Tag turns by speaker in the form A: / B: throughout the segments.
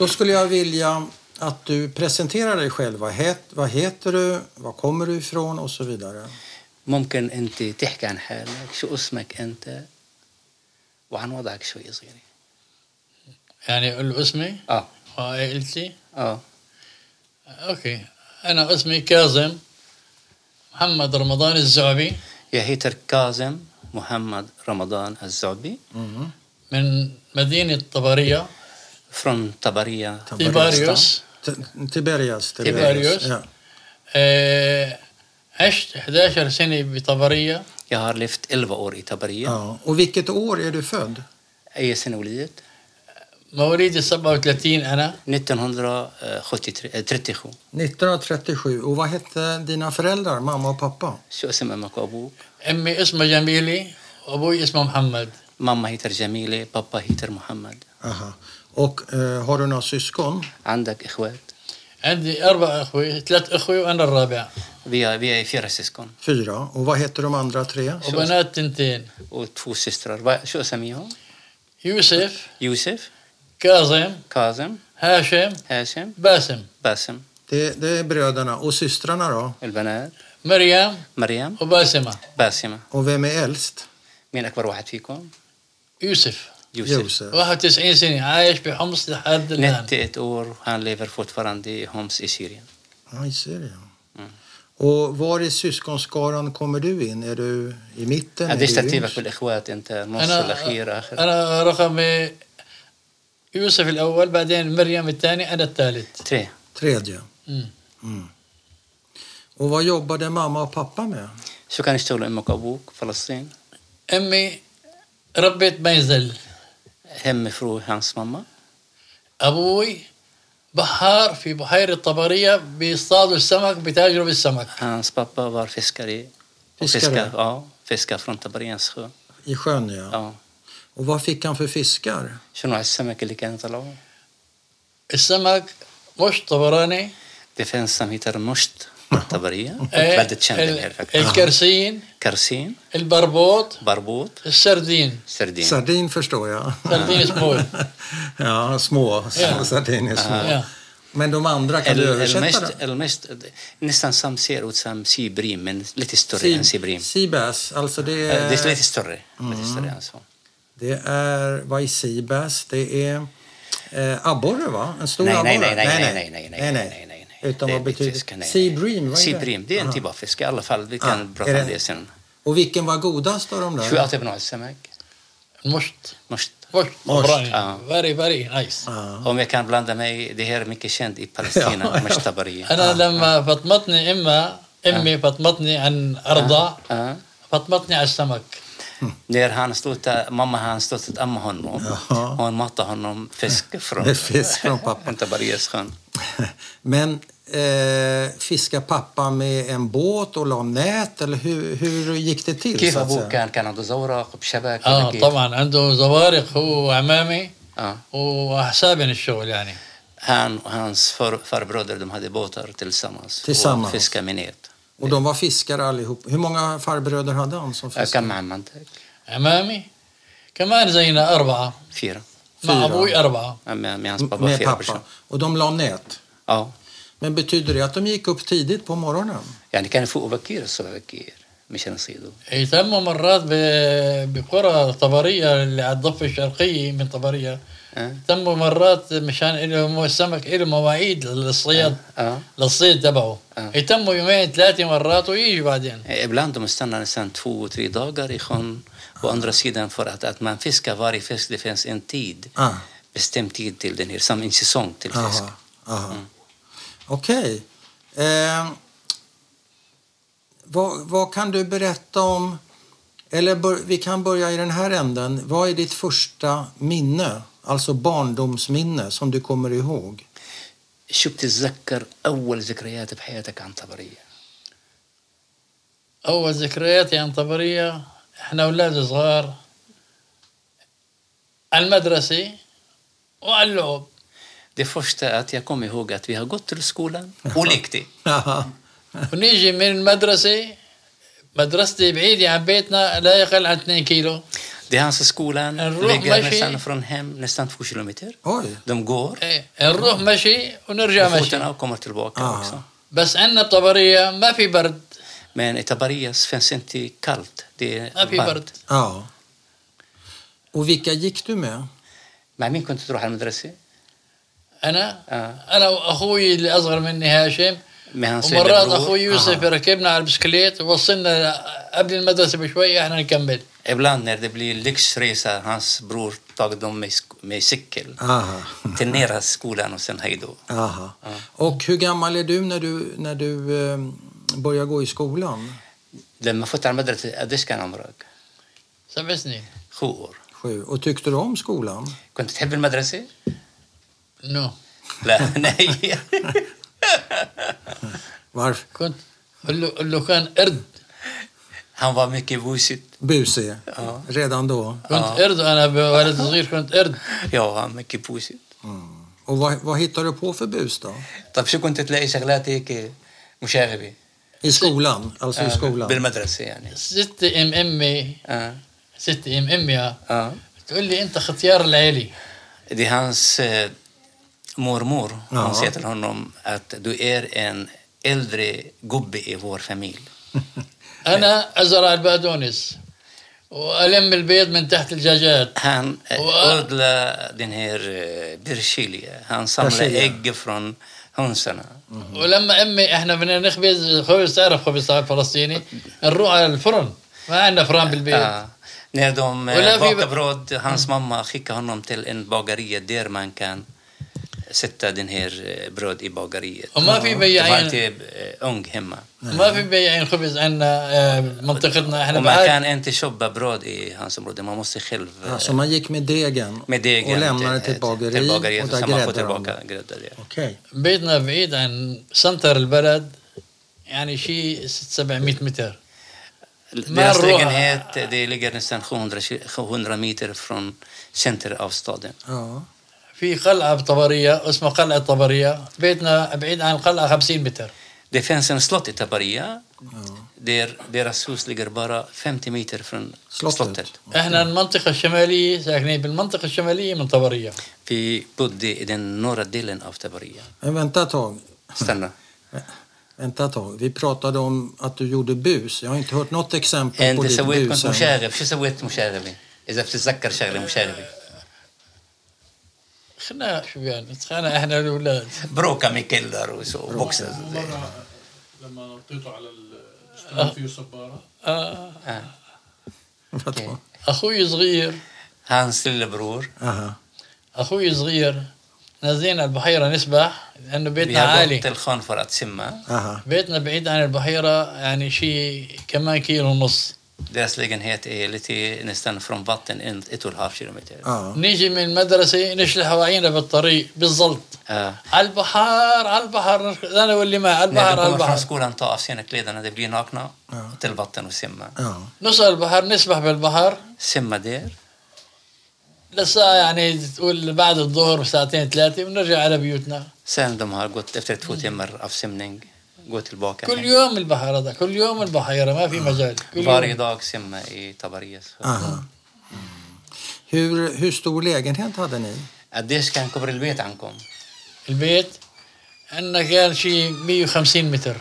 A: Då skulle jag vilja att du presenterar dig själv. Vad, het, vad heter du? Var kommer du ifrån? Och så vidare.
B: ممكن أنت تحكي عن حالك شو اسمك أنت وعن وضعك شوي صغير
C: يعني اقول له اسمي إيه
B: آه
C: وعائلتي
B: آه
C: اوكي انا اسمي كاظم محمد رمضان الزعبي
B: يهيتر كاظم محمد رمضان الزعبي
A: Mhm.
C: من مدينه طبريه
B: from طبرية
C: تيباريوس
A: T- Tiberias.
C: Tiberias.
A: Ja.
C: آه، عشت 11 سنه بطبريه
B: Jag har levt 11 år i Tabaria.
A: Ja. Och vilket år är du född?
B: أي سنة ولدت؟
C: مواليد 37 انا
B: آه، 1937
A: 1937. Och vad hette dina föräldrar, mamma och pappa?
B: شو اسم أمك وأبوك؟
C: امي اسمها جميله وابوي اسمه محمد
B: ماما هيتر جميلة بابا هيتر محمد
A: Aha. Och eh, har du några syskon?
B: عندك إخوات؟
C: عندي اربع اخوه ثلاث اخوه وانا الرابع
B: Vi, vi är fyra syskon
A: Fyra. Och vad heter de andra tre?
C: وبنات تنتين
B: och två systrar. Va- Sjö اسميهم؟
C: يوسف
B: يوسف،
C: كاظم
B: كاظم،
C: هاشم
B: هاشم،
C: باسم
B: باسم،
A: Det, det är bröderna. Och systrarna då?
B: البنات،
C: مريم
B: مريم،
C: وباسمه
B: باسمة.
A: Och vem är äldst?
B: مين أكبر واحد فيكم؟
C: يوسف
B: يوسف.
C: 91 سنه عايش بحمص لحد الان
B: 91 år, han lever fortfarande i Homs i Syrien.
A: Ja, i Syrien. Och var i syskonskaran kommer du in? Är du i mitten? Är du
B: قديش
A: yngst?
B: ترتيبك بالإخوات أنت؟ النص
C: أنا-
B: الأخير آخر؟
C: انا رقمي يوسف الاول بعدين مريم الثاني انا الثالث
B: تري.
A: Tredje.
C: مم.
A: Och vad jobbade mamma och pappa med?
B: شو كان يشتغلوا أمك وأبوك فلسطين؟
C: امي ربت منزل
B: هم فرو هانس ماما
C: ابوي بحار في بحيره طبريه بيصطادوا السمك بتاجروا بالسمك
B: Hans pappa var fiskare. Och
A: Fiskare?
B: Fiska, ja, fiskar från Tabarens sjö.
A: I sjön, ja.
B: Ja.
A: Och vad fick han för fiskar?
B: شو نوع السمك اللي كانوا يطلعوه؟
C: السمك مش طبراني
B: Det finns som heter musht från Tabaria.
C: آه،
B: Väldigt känd den här
C: ال-
B: faktiskt.
C: الكرسين
B: Karsin,
C: البربوط
B: barbot,
C: السردين
B: sardin.
A: Sardin förstår jag.
C: سردين سمول
A: ja, små.
C: Ja.
A: Sardin är små.
B: آه.
C: Ja.
A: Men de andra, kan du
B: El-
A: översätta
B: المشت,
A: det?
B: المشت nästan som ser ut som sibrim, men lite större än sibrim.
A: Sea- Seabass, alltså det
B: Eh, Det är
A: är,
B: lite större.
A: Mm.
B: Lite större än så.
A: det är, vad är seabass? Det är eh, abborre va? En stor
B: Nej,
A: abborre?
B: nej, nej, nej, nej, nej, nej, nej, nej, nej, nej.
A: Utan
B: Det är
A: vad betyder
B: fisk, nej,
A: det?
B: nej.
A: Sea bream, vad är
B: Sea bream, det är en
A: Aha.
B: typ av fisk i alla fall. Vi
A: Ah,
B: kan
A: är
B: prata om
A: det-
B: det sen.
A: Och vilken var godast av de där?
B: شو اطيب نوع السمك؟
C: مشط
B: مش
C: مشط
B: آه.
C: طبراني فيري فيري نايس
A: Ja.
B: om jag kan blanda mig, det här är mycket känd i Palestina, مش طبرية.
C: انا
B: آه.
C: لما فطمتني امها امي فطمتني عن ارضها
B: آه.
C: فطمتني على السمك
B: När han slutade, mamma han slutade amma honom.
A: Jaha.
B: Hon matade honom fisk från,
A: Med fisk från pappa.
B: Tabaries sjön.
A: Men eh, fiskade pappa med en båt och la nät eller hur, hur gick det till?
B: كيف
A: så att
B: ابوك
A: säga?
B: كان؟ كان عنده زورق بشبك
C: اه
B: كيف؟
C: طبعا عنده زوارق هو وعمامي
B: آه.
C: وحسابين الشغل يعني
B: Han och hans far, farbroder de hade båtar tillsammans.
A: Tillsammans.
B: Och fiskade med nät.
A: Och de var fiskare allihop. Hur många farbröder hade han som
B: Äh,
A: fiskare?
B: Kan man عندك؟
C: عمامي كمان زينا اربعه
B: Fyra.
C: مع
A: فيرة.
C: ابوي اربعه
B: Äh, Med, med hans pappa,
A: Med
B: fyra
A: pappa.
B: personer.
A: Och de la nät.
B: Ja.
A: Men betyder det att de gick upp tidigt på morgonen?
B: يعني كان فوق بكير الصبح بكير مشان يصيدوا.
C: يتموا مرات ب- بقرى طبريه اللي على الضفه الشرقيه من طبريه
B: آه.
C: تموا مرات مشان إله السمك إله مواعيد للصيد
B: آه.
C: للصيد تبعه
B: آه.
C: يتموا يومين ثلاثة مرات ويجي بعدين
B: Ibland de stannar nästan två, tre dagar i sjön. Å andra sidan, för att, att man fiskar varje fisk, det finns en tid.
A: Ah,
B: Bestämd tid till den här, som en säsong till fisk.
A: aha, aha. Okej. Eh, vad, vad kan du berätta om... Eller bör, vi kan börja i den här änden. Vad är ditt första minne, alltså barndomsminne, som du kommer ihåg?
B: شو بتتذكر أول ذكريات بحياتك عن طبرية؟
C: أول ذكرياتي عن طبرية إحنا أولاد صغار على المدرسة وعلى اللعب
B: Det första är att jag kommer ihåg att vi har gått till skolan och lekte.
C: ونيجي من المدرسة مدرستي بعيدة عن بيتنا لا يقل عن 2 كيلو
B: Det är hans skolan
C: نروح
B: ligger
C: ماشي.
B: nästan från hem, nästan två kilometer.
A: Oj.
B: De går,
C: إيه، نروح مشي ونرجع مشي
B: fötterna och kommer tillbaka
A: Ah.
B: också.
C: بس عندنا طبريه ما في برد
B: Men i Tabarias finns inte kallt, det är
C: ما في برد
B: varmt.
A: Ja. Och vilka gick du med?
B: مع مين كنت تروح على المدرسة؟
C: انا
B: آه.
C: انا واخوي اللي اصغر مني هاشم
B: مع هنسوي
C: ومرات
B: دبرور.
C: اخوي يوسف
A: آه.
C: ركبنا على البسكليت وصلنا قبل المدرسه بشوي احنا نكمل
B: Ibland när det blir lyxresa, hans bror tog dem med, sk- med cykel
A: Aha.
B: till nära skolan och sen hejdå.
A: Aha. Och hur gammal är du när du, när du eh, börjar gå i skolan?
B: لما فت على المدرسة قديش كان عمرك؟
C: سبع سنين
B: خور
A: Sju. Och tyckte du om skolan?
B: كنت تحب المدرسة؟
C: نو
B: لا نهي
A: Varför?
C: كنت قل له قل له كان قرد
B: Han var mycket busig.
A: Busig? Redan då?
C: كنت قرد انا ولد صغير كنت قرد
B: Ja, han var mycket busig. Mm.
A: Och vad, vad hittar du på för bus då?
B: طب شو كنت تلاقي شغلات هيك مشاغبة
A: I skolan? Alltså
B: Äh,
A: i skolan?
B: بالمدرسة يعني
C: ست ام امي
B: اه
C: ست ام امي
B: اه
C: تقول لي انت ختيار العيلي
B: Det är hans eh, mormor. Hon
A: Ja.
B: säger till honom att du är en äldre gubbe i vår familj.
C: انا ازرع البقدونس والم البيض من تحت الجاجات
B: Han eh,
C: Wow.
B: odlar den här eh, Birchilia. Han samlar
A: Birchilia.
B: ägg från hönsarna.
C: ولما امي احنا بدنا نخبز خبز تعرف خبز صعب فلسطيني نروح على الفرن ما عندنا فرن بالبيت
B: Ja. När de eh,
C: Ulla, vi-
B: bakar bröd, hans mamma skickar honom till en bageri där man kan sätta den här eh, bröd i bageriet.
C: وما في
B: Det var
C: بياعين
B: inte eh, ung hemma.
C: ما في بياعين خبز عندنا آه، منطقتنا احنا
B: Och man
C: بعاد
B: kan inte köpa bröd i hans område, man måste själv eh,
A: Alltså man gick med degen,
B: med degen eh,
A: och lämnade till ett bageri,
B: till bageriet
A: och
B: och
A: där
B: sen man
A: gräddar de
B: får tillbaka grädde. Ja.
A: Okej.
C: بيتنا بعيد عن سنتر البلد يعني شيء 700 متر
B: Deras
C: Marwa.
B: lägenhet eh, det ligger nästan 700, ki- 700 meter från center av staden.
A: Ja.
C: في قلعه بطبريه اسمها قلعه طبريه بيتنا بعيد عن القلعه 50 متر
B: Det finns en slott i Tabaria där deras hus ligger bara 50 meter från
A: Slottet.
B: slottet.
C: احنا المنطقه الشماليه ساكنين بالمنطقه الشماليه من طبريه
B: Vi bodde i den norra delen av Tabaria.
A: Men vänta ett tag.
B: Stanna.
A: Vänta ett tag. Vi pratade om att du gjorde bus. Jag har inte hört något exempel på
B: انت
A: ditt
B: سويت
A: bus.
B: كنت
A: än.
B: مشاغب، شو سويت مشاغبه؟ اذا بتتذكر شغله مشاغبه.
C: خناق شو يعني خناق احنا الاولاد
B: بروكا ميكيلر وبوكسز
D: مرة لما نطيته على ال- اشتغل فيه صبارة
C: آه.
A: Vänta ett tag.
C: اخوي صغير
B: هانس للبرور
A: Aha.
C: اخوي صغير نزلنا البحيره نسبح لانه بيتنا عالي
B: بيهبط الخان فرات سما
A: Aha.
C: بيتنا بعيد عن البحيره يعني شيء كمان كيلو ونص
B: Deras lägenhet är lite nästan från vatten en- ett och en halv kilometer.
A: Ja.
C: نيجي من المدرسه نشلح وعينا بالطريق بالزلط
B: Ja.
C: على البحر على البحر نركض. انا واللي معي على
B: När
C: البحر
B: de kommer
C: على
B: från
C: البحر
B: skolan, ta av sina kläderna, de blir nakna.
C: آه.
B: Till vatten och simma.
A: Ja.
C: نوصل البحر نسبح بالبحر
B: Simma där.
C: للساعة يعني تقول بعد الظهر بساعتين ثلاثة بنرجع على بيوتنا
B: Sen de har gått efter två timmar av simning, gå tillbaka.
C: كل
B: hem.
C: يوم البحر هذا كل يوم البحيرة ما
B: آه،
C: في مجال كل
B: Varje
C: يوم. آه.
B: dag simma i Tabarias.
A: Aha. Hur, hur stor lägenhet hade ni?
B: قديش كان كبر البيت عنكم؟
C: البيت عندنا كان شيء 150 متر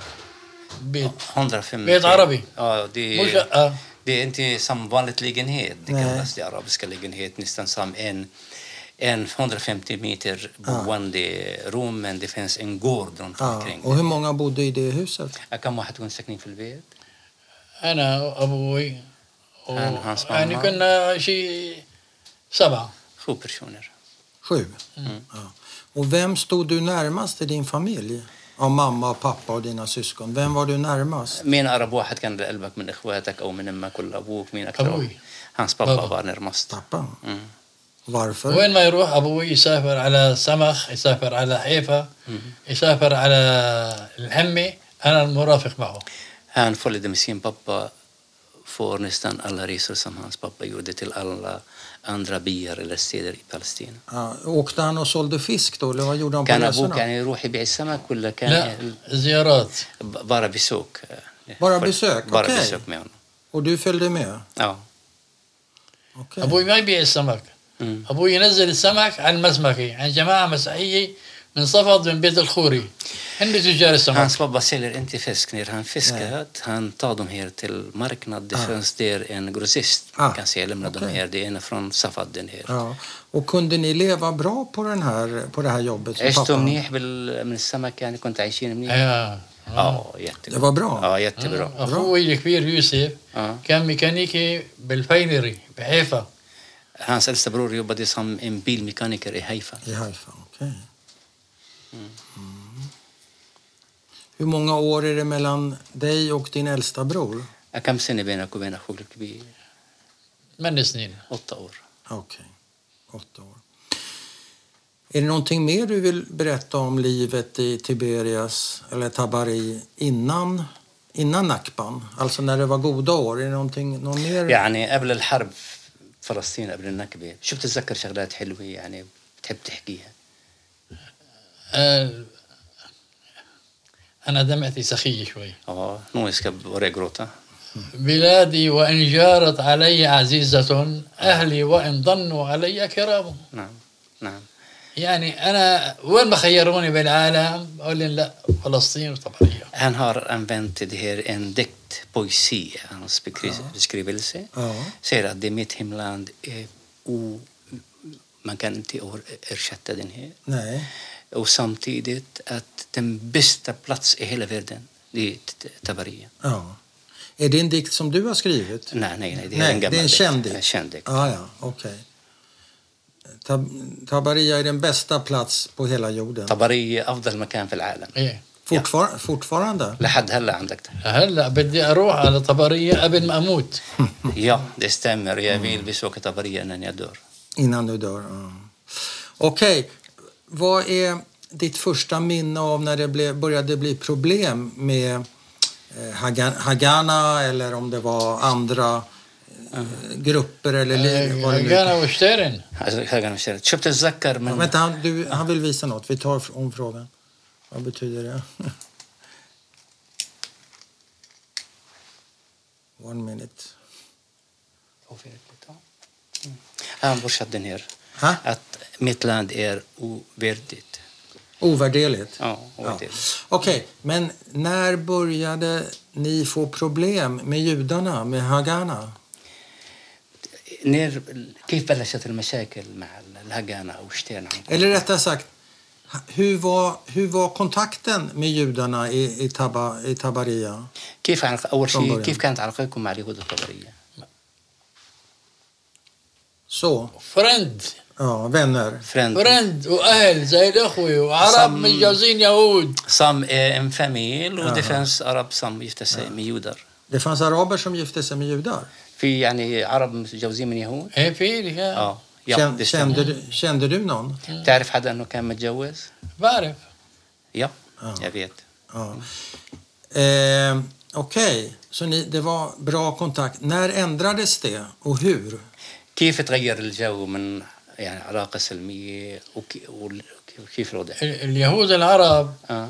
C: بيت
B: 105
C: بيت عربي. آه.
B: اه دي
C: مو شقة
B: Det är inte som vanligt lägenhet. Det
A: Nej.
B: kallas det arabiska lägenhet nästan som en, en 150 meter boende rum men det finns en gård runt
A: Ja.
B: omkring.
A: Och hur många bodde i det huset?
B: كم واحد كنت ساكنين في البيت؟
C: أنا وأبوي و...
B: أنا خلاص ما
C: يعني
B: معه.
C: كنا شيء سبعة
B: Sju personer.
A: Sju. Ja. Och vem stod du närmast i din familj? Av mamma och pappa och dina syskon. Vem var du närmast?
B: مين أقرب واحد كان لقلبك من إخواتك أو من أمك ولا أبوك؟ مين أكثر؟
C: أبوي.
B: هانس بابا
C: بابا.
B: var närmast.
A: Pappa.
B: Mm. طيب.
A: Varför?
C: وين ما يروح أبوي يسافر على سمخ يسافر على حيفا يسافر على الحمة أنا المرافق معه
B: Han följde med sin pappa för nästan alla resor som hans pappa gjorde till alla andra byar eller städer i Palestina.
A: Ja. Åkte han och sålde fisk då? Eller vad gjorde han på
B: كان ابوه
A: resorna?
B: كان يروح يبيع السمك ولا كان
C: لا زيارات
B: ب- bara besök. eh,
A: Bara besök?
B: Bara
A: Okej.
B: besök med honom.
A: Och du följde med?
B: Ja.
A: Okej.
C: ابوي ما يبيع السمك
B: مم.
C: ابوي ينزل السمك على المسمكه عن جماعه مسيحيه من صفد من بيت الخوري هن تجار السمك
B: Hans pappa säljer inte fisk när han fiskar. Han tar dem här till marknad. Det
A: Ah.
B: finns där en grossist
A: Ah,
B: kan se lämna dem
A: okej.
B: här. Det är en från Safad den här.
A: Ja. Och kunde ni leva bra på, den här, på det här jobbet? som
B: عشتوا
A: pappan-
B: منيح بال... من السمك يعني كنت عايشين منيح؟
C: آه.
B: اه يتبرع
A: Det var bra. Mm.
B: اه يتبرع
C: اخوي الكبير يوسف
B: اه
C: كان ميكانيكي بالفينري بحيفا
B: Hans äldsta bror jobbade som en bilmekaniker i Haifa.
A: I Haifa, okej. Mm. Hur många år är det mellan dig och din äldsta bror?
B: Jag kan se benak och benak själv blir
C: ثمان سنين
B: åtta år.
A: Okej, åtta år. Är det någonting mer du vill berätta om livet i Tiberias eller Tabari innan, innan Nakban? Alltså när det var goda år. Är det någonting, någon mer?
B: يعني قبل الحرب فلسطين قبل النكبة شو بتتذكر شغلات حلوة يعني بتحب تحكيها
C: آه، انا دمعتي سخيه شوي
B: اه نو يسكب ورق روتا
C: بلادي وان جارت علي عزيزه اهلي وان ضنوا علي كرام
B: نعم نعم
C: يعني انا وين ما خيروني بالعالم اقول لهم لا فلسطين وطبعا
B: Han har använt det här en dikt, poesi, hans beskri- beskrivelse.
A: Ja.
B: Säger att det är mitt hemland är o... Man kan inte or- ersätta den här.
A: Nej.
B: Och samtidigt att den bästa plats i hela världen, det är T- Tabaria.
A: Ja. Är det en dikt som du har skrivit?
B: Nej, nej, nej. Det är
A: Nej, det
B: en gammal
A: är en känd
B: dikt.
A: dikt.
B: En känd dikt.
A: Ah, ja, okej. Tab- Tabaria är den bästa plats på hela jorden.
B: طبرية أفضل مكان في العالم
C: ايه
A: Fortfar- Fortfarande?
B: لحد هلا عندك
C: هلا بدي اروح على طبريه قبل ما اموت
B: يا دي ستامر يا بيل بيسوك طبرية أنني أدور
A: Innan du dör? Ja. Okej. Vad är ditt första minne av när det blev, började bli problem med eh, Haga- Hagana eller om det var andra eh, grupper eller
C: Eh, آه،
A: li- vad det nu
C: انا وشتيرن
B: عايز- حاجة أنا مش عارف. شو بتتذكر
A: Ja,
B: من
A: Vänta, han, du, han vill visa något. Vi tar f- om frågan. Vad betyder det? One minute.
B: Han borstat den här.
A: Ha?
B: Att mitt land är ovärdigt.
A: Ovärderligt.
B: Ja,
A: Ja.
B: ovärdigt.
A: Okej, men när började ni få problem med judarna, med Haganah?
B: نير كيف بلشت المشاكل مع الهجانة أو شتيرن
A: Eller rättare sagt, ha- hur var, hur var kontakten med judarna i, i, Taba, i Tabaria?
B: كيف علاق... أول شيء
A: طبعاً.
B: كيف كانت علاقتكم مع اليهود الطبرية؟
A: Så,
C: فرند
A: ja, vänner.
B: فرند
C: فرند واهل زي الاخوه وعرب
B: سم-
C: متجوزين يهود
B: سام ام فاميل وديفنس عرب سام يفتسم يودر
A: Det fanns araber som gifte sig med judar.
B: في يعني عرب متجوزين من يهود
C: ايه في كان-
B: اه يا
A: Kän-
B: دي ستامر.
A: kände, du, kände du någon?
B: تعرف حدا انه كان متجوز؟
C: بعرف
B: يا
A: آه.
B: يا بيت
A: Ja. Eh, Okej, så ni, det var bra kontakt. När ändrades det och hur?
B: كيف تغير الجو من يعني علاقه سلميه وك- وال- وكيف الوضع؟
C: ال- اليهود العرب
B: اه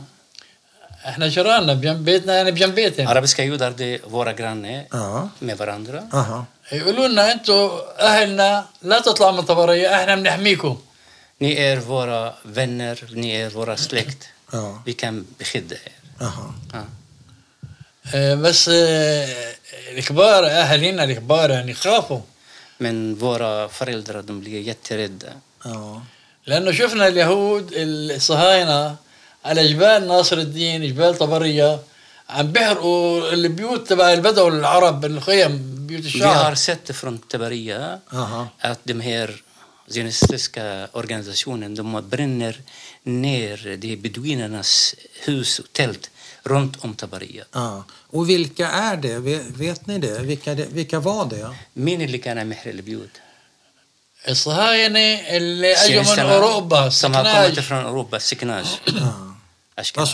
C: احنا جيراننا بجنب بيتنا انا بجنب بيتهم
B: عربسكا يودر دي فورا جراني
A: Ja,
B: مع varandra
A: aha.
C: يقولوا لنا انتم اهلنا لا تطلعوا من طبريه احنا بنحميكم
B: Ni är våra vänner, ni är våra släkt.
A: Ja,
B: Vi kan beskydda er.
A: aha.
B: Ja.
C: آه، بس آه، الكبار اهالينا الكبار يعني خافوا
B: Men våra föräldrar de blir jätterädda.
A: Ja,
C: لانه شفنا اليهود الصهاينه على جبال ناصر الدين جبال طبريه عم بيحرقوا البيوت تبع البدو العرب الخيم بيوت
B: Vi har
C: الشعب
B: sett från Tabaria
A: aha.
B: att de här zionistiska organisationen de bränner ner de beduinernas hus och tält runt om Tabaria.
A: Ja. Och vilka är det? Vet, vet ni det? Vilka, det? vilka var det?
B: مين اللي كان محرق البيوت؟
C: الصهاينه اللي اجوا من
B: سيستما-
C: اوروبا
B: سما كومت
C: سكناج
B: från Europa, Siknaj.
A: Ja.
B: Ashkenaz.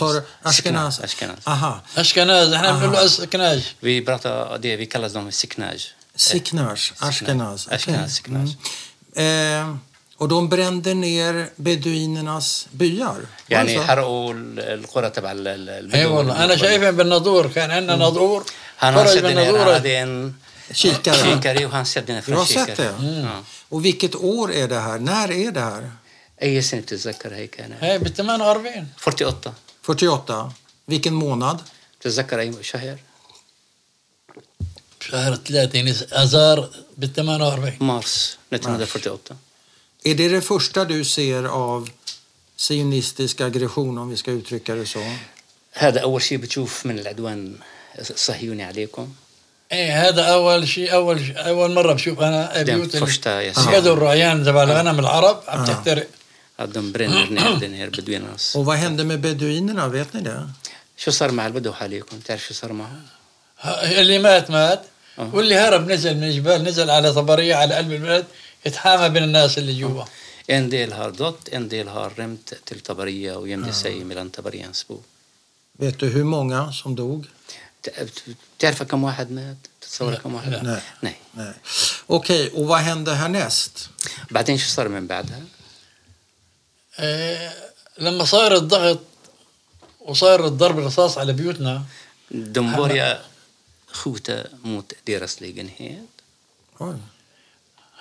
A: Vad sa du? Ashkenaz?
B: Siknaj, Ashkenaz.
A: Aha.
C: اشكناز احنا
A: آه.
C: بنقول له اسكناج
B: Vi pratar, det vi kallar dem Siknaj.
A: Siknars, Ashkenaz. Okej.
B: Ashkenaz, Siknaj.
A: Mm. Eh, och de brände ner beduinernas byar? Var det
B: يعني
A: så?
B: حرقوا ال- القرى تبع ال- ال-
C: اي
B: البدو
C: إيه والله انا
B: والمقبرة.
C: شايفهم بالنادور كان عندنا نادور
B: انا
C: خرج
B: شد
C: من نادوره
B: بعدين
A: Kikare.
B: Kikare och han släppte den här
A: Jag har
B: från
A: sett det.
B: kikaren. Ja.
A: Och vilket år är det här? När är det här?
B: اي سنه بتتذكر هي كان
C: هي إيه، بال 48
B: 48
A: 48. Vilken månad?
B: بتتذكر اي شهر
C: شهر 3 نيس- اذار بال 48
B: مارس 1948
A: Är det det första du ser av sionistisk aggression, om vi ska uttrycka det så?
B: هذا اول شيء بتشوف من العدوان الصهيوني عليكم
C: ايه هذا اول شيء اول شيء اول مره بشوف انا
B: den
C: بيوت اللي
B: första jag
C: سقدوا
B: ser
C: الرعيان تبع الغنم العرب عم
A: آه.
C: تحترق
B: att de bränner ner den här beduinernas.
A: Och vad hände med beduinerna? Vet ni det?
B: شو صار مع البدو حاليكم؟ بتعرف شو صار معهم؟
C: ه- اللي مات مات
B: آه.
C: واللي هرب نزل من الجبال نزل على طبريه على قلب البلد يتحامى بين الناس اللي جوا
B: En del har dött, en del har rymt till Tabaria och gömde sig mellan Tabaria och Ansbo.
A: Vet du hur många som dog?
B: بت- بتعرف كم واحد مات؟ بتتصور كم واحد؟
C: لا.
A: لا.
B: Nej.
A: Nej. Okej, och vad hände härnäst?
B: بعدين شو صار من بعدها؟
C: آه، لما صار الضغط وصار الضرب الرصاص على بيوتنا
B: دمبوريا خوتا موت ديرس ليجنهيد
A: Oj.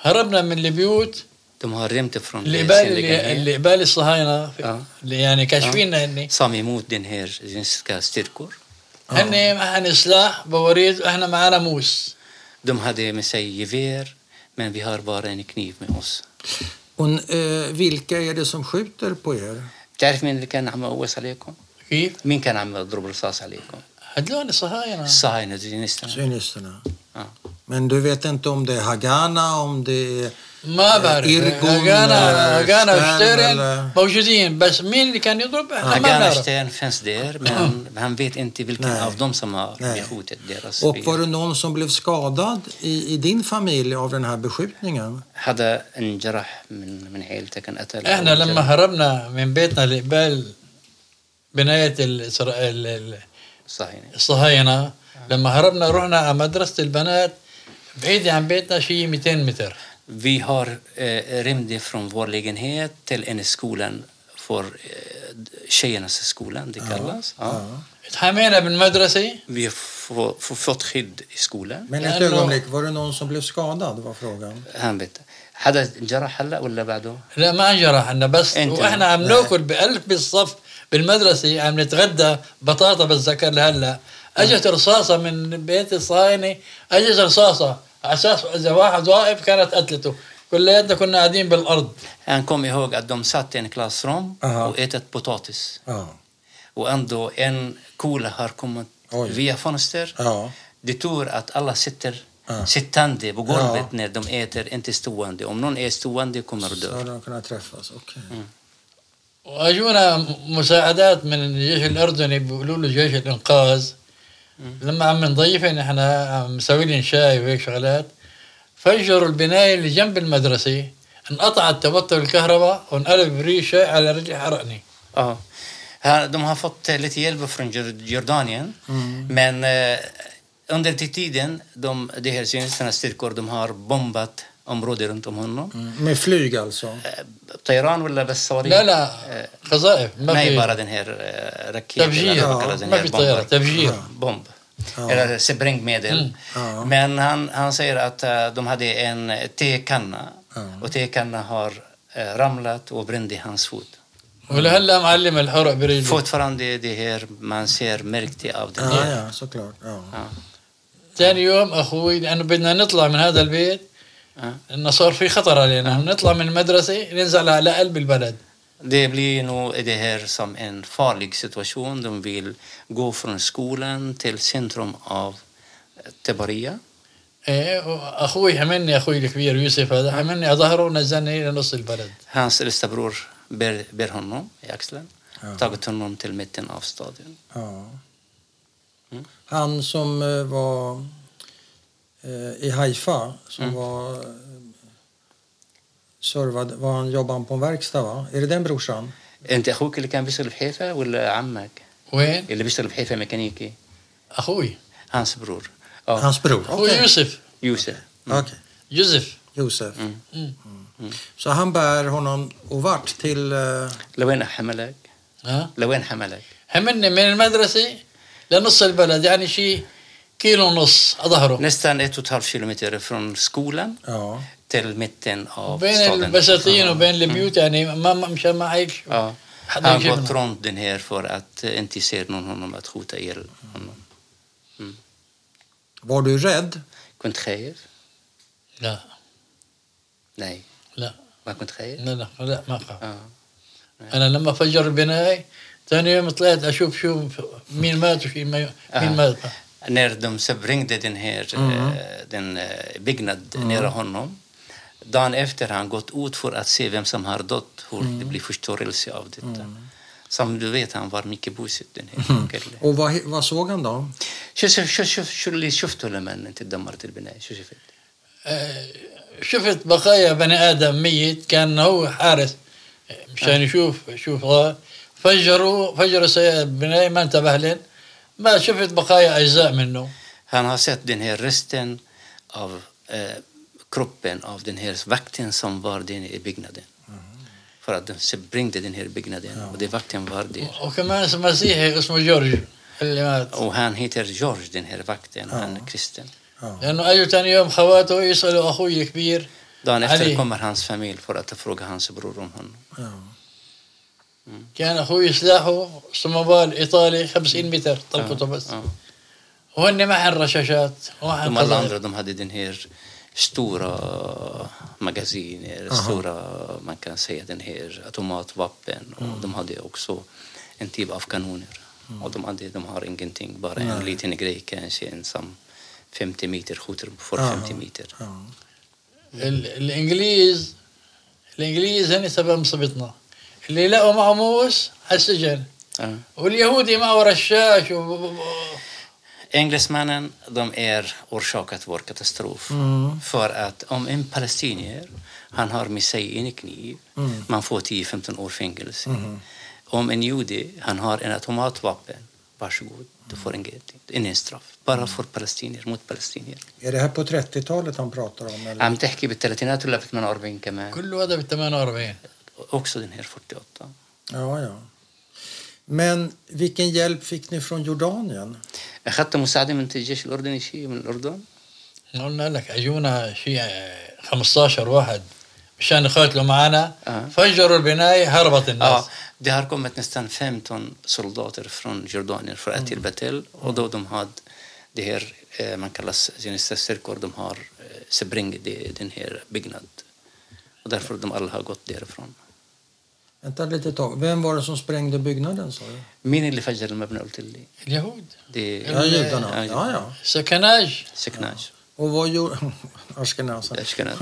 C: هربنا من البيوت
B: de har rymt från
C: اللي
B: sin
C: قبال
B: lägenhet.
C: اللي, اللي قبال الصهاينه في-
B: آه.
C: اللي يعني كاشفيننا هني
B: صام يموت دين هير جنسكا styrkor.
C: هني معنا سلاح بواريد واحنا معنا موس
B: De hade med sig gevär, men vi har bara en kniv med oss.
A: Och, eh, vilka är det som skjuter på er?
B: بتعرف مين اللي كان عم يقوس عليكم؟
C: كيف؟
B: مين كان عم يضرب رصاص عليكم؟
C: هدلون الصهاينه
B: الصهاينة جنسنا
A: Sionisterna.
B: Ja.
A: Men du vet inte om det är Hagana, om det är...
C: ما بعرف
A: إيرجون، إيه، آه،
C: اغانا اغانا
A: شتيرن،
C: وشتيرن
A: آه. موجودين.
C: موجودين بس مين اللي كان يضرب احنا ما آه.
B: Agana
C: نعرف
B: Stern finns där, men han vet inte vilken
C: نعم.
A: Nej.
B: av dem som har
A: Nej.
B: beskjutit deras
A: Och
B: bil.
A: var det någon som blev skadad i, i din familj av den här beskjutningen?
B: حدا انجرح من من عيلته كان قتل
C: احنا لما هربنا من بيتنا لقبال بنايه الإسرا- ال- ال-
B: صهاينة
C: الصهاينه لما هربنا رحنا على مدرسه البنات بعيده عن بيتنا شيء 200 متر
B: Vi har eh, rymde från vår lägenhet till en skolan för eh, tjejernas skolan, det kallas. Ja.
C: تحامينا بالمدرسه
B: Vi får, får fått skydd i skolan.
A: Men
C: Nej,
A: ett
C: det var-
A: ögonblick, var det någon som blev skadad? var frågan.
B: Han vet. حدا انجرح هلا ولا بعده؟
C: لا ما انجرح عنا بس
B: أنت.
C: واحنا عم
A: لا.
C: ناكل بقلب الصف بالمدرسه عم نتغدى بطاطا بتذكر لهلا اجت رصاصه من بيت الصهاينه اجت رصاصه على اساس اذا واحد واقف كانت قتلته كلياتنا كنا قاعدين بالارض
B: Han kom ihåg att de satt i en klassrum
A: Aha.
B: och ätit potatis.
A: Ja.
B: Och ändå en kula har kommit
A: Oj.
B: via fönster.
A: ja.
B: Det är tur att alla sitter
A: Ja.
B: sittande på golvet
A: Ja.
B: när de äter, inte stående. Om någon är stående kommer att
A: Så
B: dö.
A: hade de kunnat träffas. Okej.
C: واجونا م- مساعدات من الجيش الاردني بيقولوا له جيش الانقاذ لما عم نضيفهم احنا عم مسوي لهم شاي وهيك شغلات فجروا البنايه اللي جنب المدرسه انقطع التوتر الكهرباء وانقلب ريش شاي على رجلي حرقني
B: Ja. Här, de har fått eh, lite hjälp från Jor- Jordanien.
A: Mm.
B: Men eh, under den tiden, de, de här sionisterna styrkor, de har bombat området runt om honom.
A: Mm. Med flyg alltså?
B: Eh, طيران ولا بس صواريخ؟
C: لا لا قذائف ما
B: طيب. ما هي
C: في
B: برا den här eh, raket
C: تفجير.
B: eller vad kallas den
C: ما
B: här
C: في
B: bomben?
C: طيارة، تفجير.
B: Bomb.
A: Ja. Mm.
B: Eller sprängmedel.
A: Ja.
B: Men han, han säger att eh, de hade en tekanna och tekanna har eh, ramlat och brände i hans fot.
C: ولهلا معلم الحرق برجلي
B: Fortfarande det här man ser märkte av den
A: Ja,
B: här.
A: ja, såklart. Ja.
B: Ja.
C: ثاني يوم اخوي لانه بدنا نطلع من هذا البيت
B: Ja.
C: انه صار في خطر علينا نطلع من المدرسه ننزل على قلب البلد
B: Det blir nog det här som en farlig situation. De vill gå från skolan till centrum av eh, Tabaria.
C: ايه اخوي حملني اخوي الكبير يوسف هذا حملني على ظهره ونزلني الى نص البلد
B: Hans äldsta bror bär, bär honom i axeln.
A: Ja.
B: Tagit honom till mitten av staden.
A: Ja.
B: Mm.
A: Han som eh, var eh, i Haifa, som var eh, servad, var han jobbade han på en verkstad va? Är det den brorsan?
B: انت اخوك اللي كان بيشتغل بحيفا ولا عمك؟
C: وين؟
B: اللي بيشتغل بحيفا ميكانيكي
C: اخوي
B: هانس برور اه
A: Hans bror?
C: اخوي يوسف
B: يوسف
A: Okej.
C: يوسف
A: Josef.
B: Mm.
C: Mm.
B: Mm.
A: Så han bär honom och vart till... eh,
B: لوين حملك؟
C: ها
B: لوين حملك؟
C: حملني من المدرسه لنص البلد يعني شيء كيلو ونص على ظهره
B: Nästan ett och ett halvt kilometer från skolan
A: Ja.
B: till mitten av
C: بين
B: staden.
C: البساتين وبين البيوت يعني ما ما- مشان ما عايش
B: Ja.
C: حدا
B: Han
C: يجي
B: har
C: منها.
B: gått runt den här för att eh, inte se någon honom att skjuta ihjäl honom.
A: Var du rädd?
B: Kunt خايف?
C: لا
B: Nej.
C: لا
B: ما كنت خايف؟
C: لا لا لا ما خاف
B: اه
C: انا لما فجر البناية ثاني يوم طلعت اشوف شو مين مات ومين ما مين مات
B: När de så sprängde den här eh, den eh, byggnad nära honom. Dagen efter har han gått ut för att se vem som har dött, hur det blir förstörelse av detta. Som du vet, han var mycket busig den här killen.
A: Och vad, vad såg han då?
B: شو شو شو شو شو اللي شفته لما انت دمرت البنايه شو شفت؟
C: آه، شفت بقايا بني ادم ميت كان هو حارس مشان يشوف شوف غار. فجروا فجروا سيارة البناية ما انتبه لين ما شفت بقايا اجزاء منه
B: Han har sett den här resten av eh, kroppen av den här vakten som var den i byggnaden. För att de sprängde den här byggnaden och det vakten var där.
C: وكمان اسم مسيحي اسمه جورج اللي مات
B: Och han heter George, den här vakten, han är kristen.
C: لانه اجوا ثاني يوم خواته يسالوا اخوي الكبير
B: Dagen efter
C: Ali.
B: kommer hans familj för att fråga hans bror om honom.
C: كان اخوي سلاحه صمبال ايطالي 50 متر طلقته بس
B: Ja.
C: وهن ما حن رشاشات وما حن
B: De alla
C: قذائف.
B: andra de hade den här stora magasiner, stora man kan säga den här automatvapen och de hade också en typ av kanoner. Och de, hade, de har ingenting, bara en liten grej kanske en som 50 meter skjuter för
A: Ja.
B: 50 meter.
A: Ja.
C: ال- الانجليز الانجليز هن سبب مصيبتنا اللي لقوا معه موس على السجن
B: Ja.
C: واليهودي معه رشاش و...
B: Engelsmännen, de är orsakat vår katastrof. För att om en palestinier, han har med sig en kniv, man får 10-15 år fängelse. Om en jude, han har en automatvapen, varsågod, du får ingenting. Ingen straff. Bara för palestinier, mot palestinier.
A: Är det här på 30-talet han pratar om? Eller?
B: عم تحكي بالثلاثينات ولا بال 48 كمان؟
C: كله هذا بال 48
B: Också den här 48.
A: Ja, ja. Men vilken hjälp fick ni från Jordanien?
B: اخذت مساعده من الجيش الاردني شيء من الاردن؟
C: قلنا لك اجونا شيء 15 واحد مشان يقاتلوا معنا
B: آه.
C: فجروا البنايه هربت الناس
B: Ja, det har kommit nästan 15 soldater från Jordanien för
A: Mm.
B: att hjälpa till. Och då de hade det här, eh, man kallas zionistiska styrkor, de har eh, sprängt det- den här byggnaden. Och därför de alla har gått därifrån.
A: Vänta lite tag. Vem var det som sprängde byggnaden? Sa du?
B: مين اللي فجر المبنى قلت لي؟
C: اليهود
B: Det
A: Ja, judarna.
B: Ja,
A: Ja, ja.
C: سكناج
B: Seknaj.
A: Och vad gjorde... Ashkenazar.
B: Ashkenaz.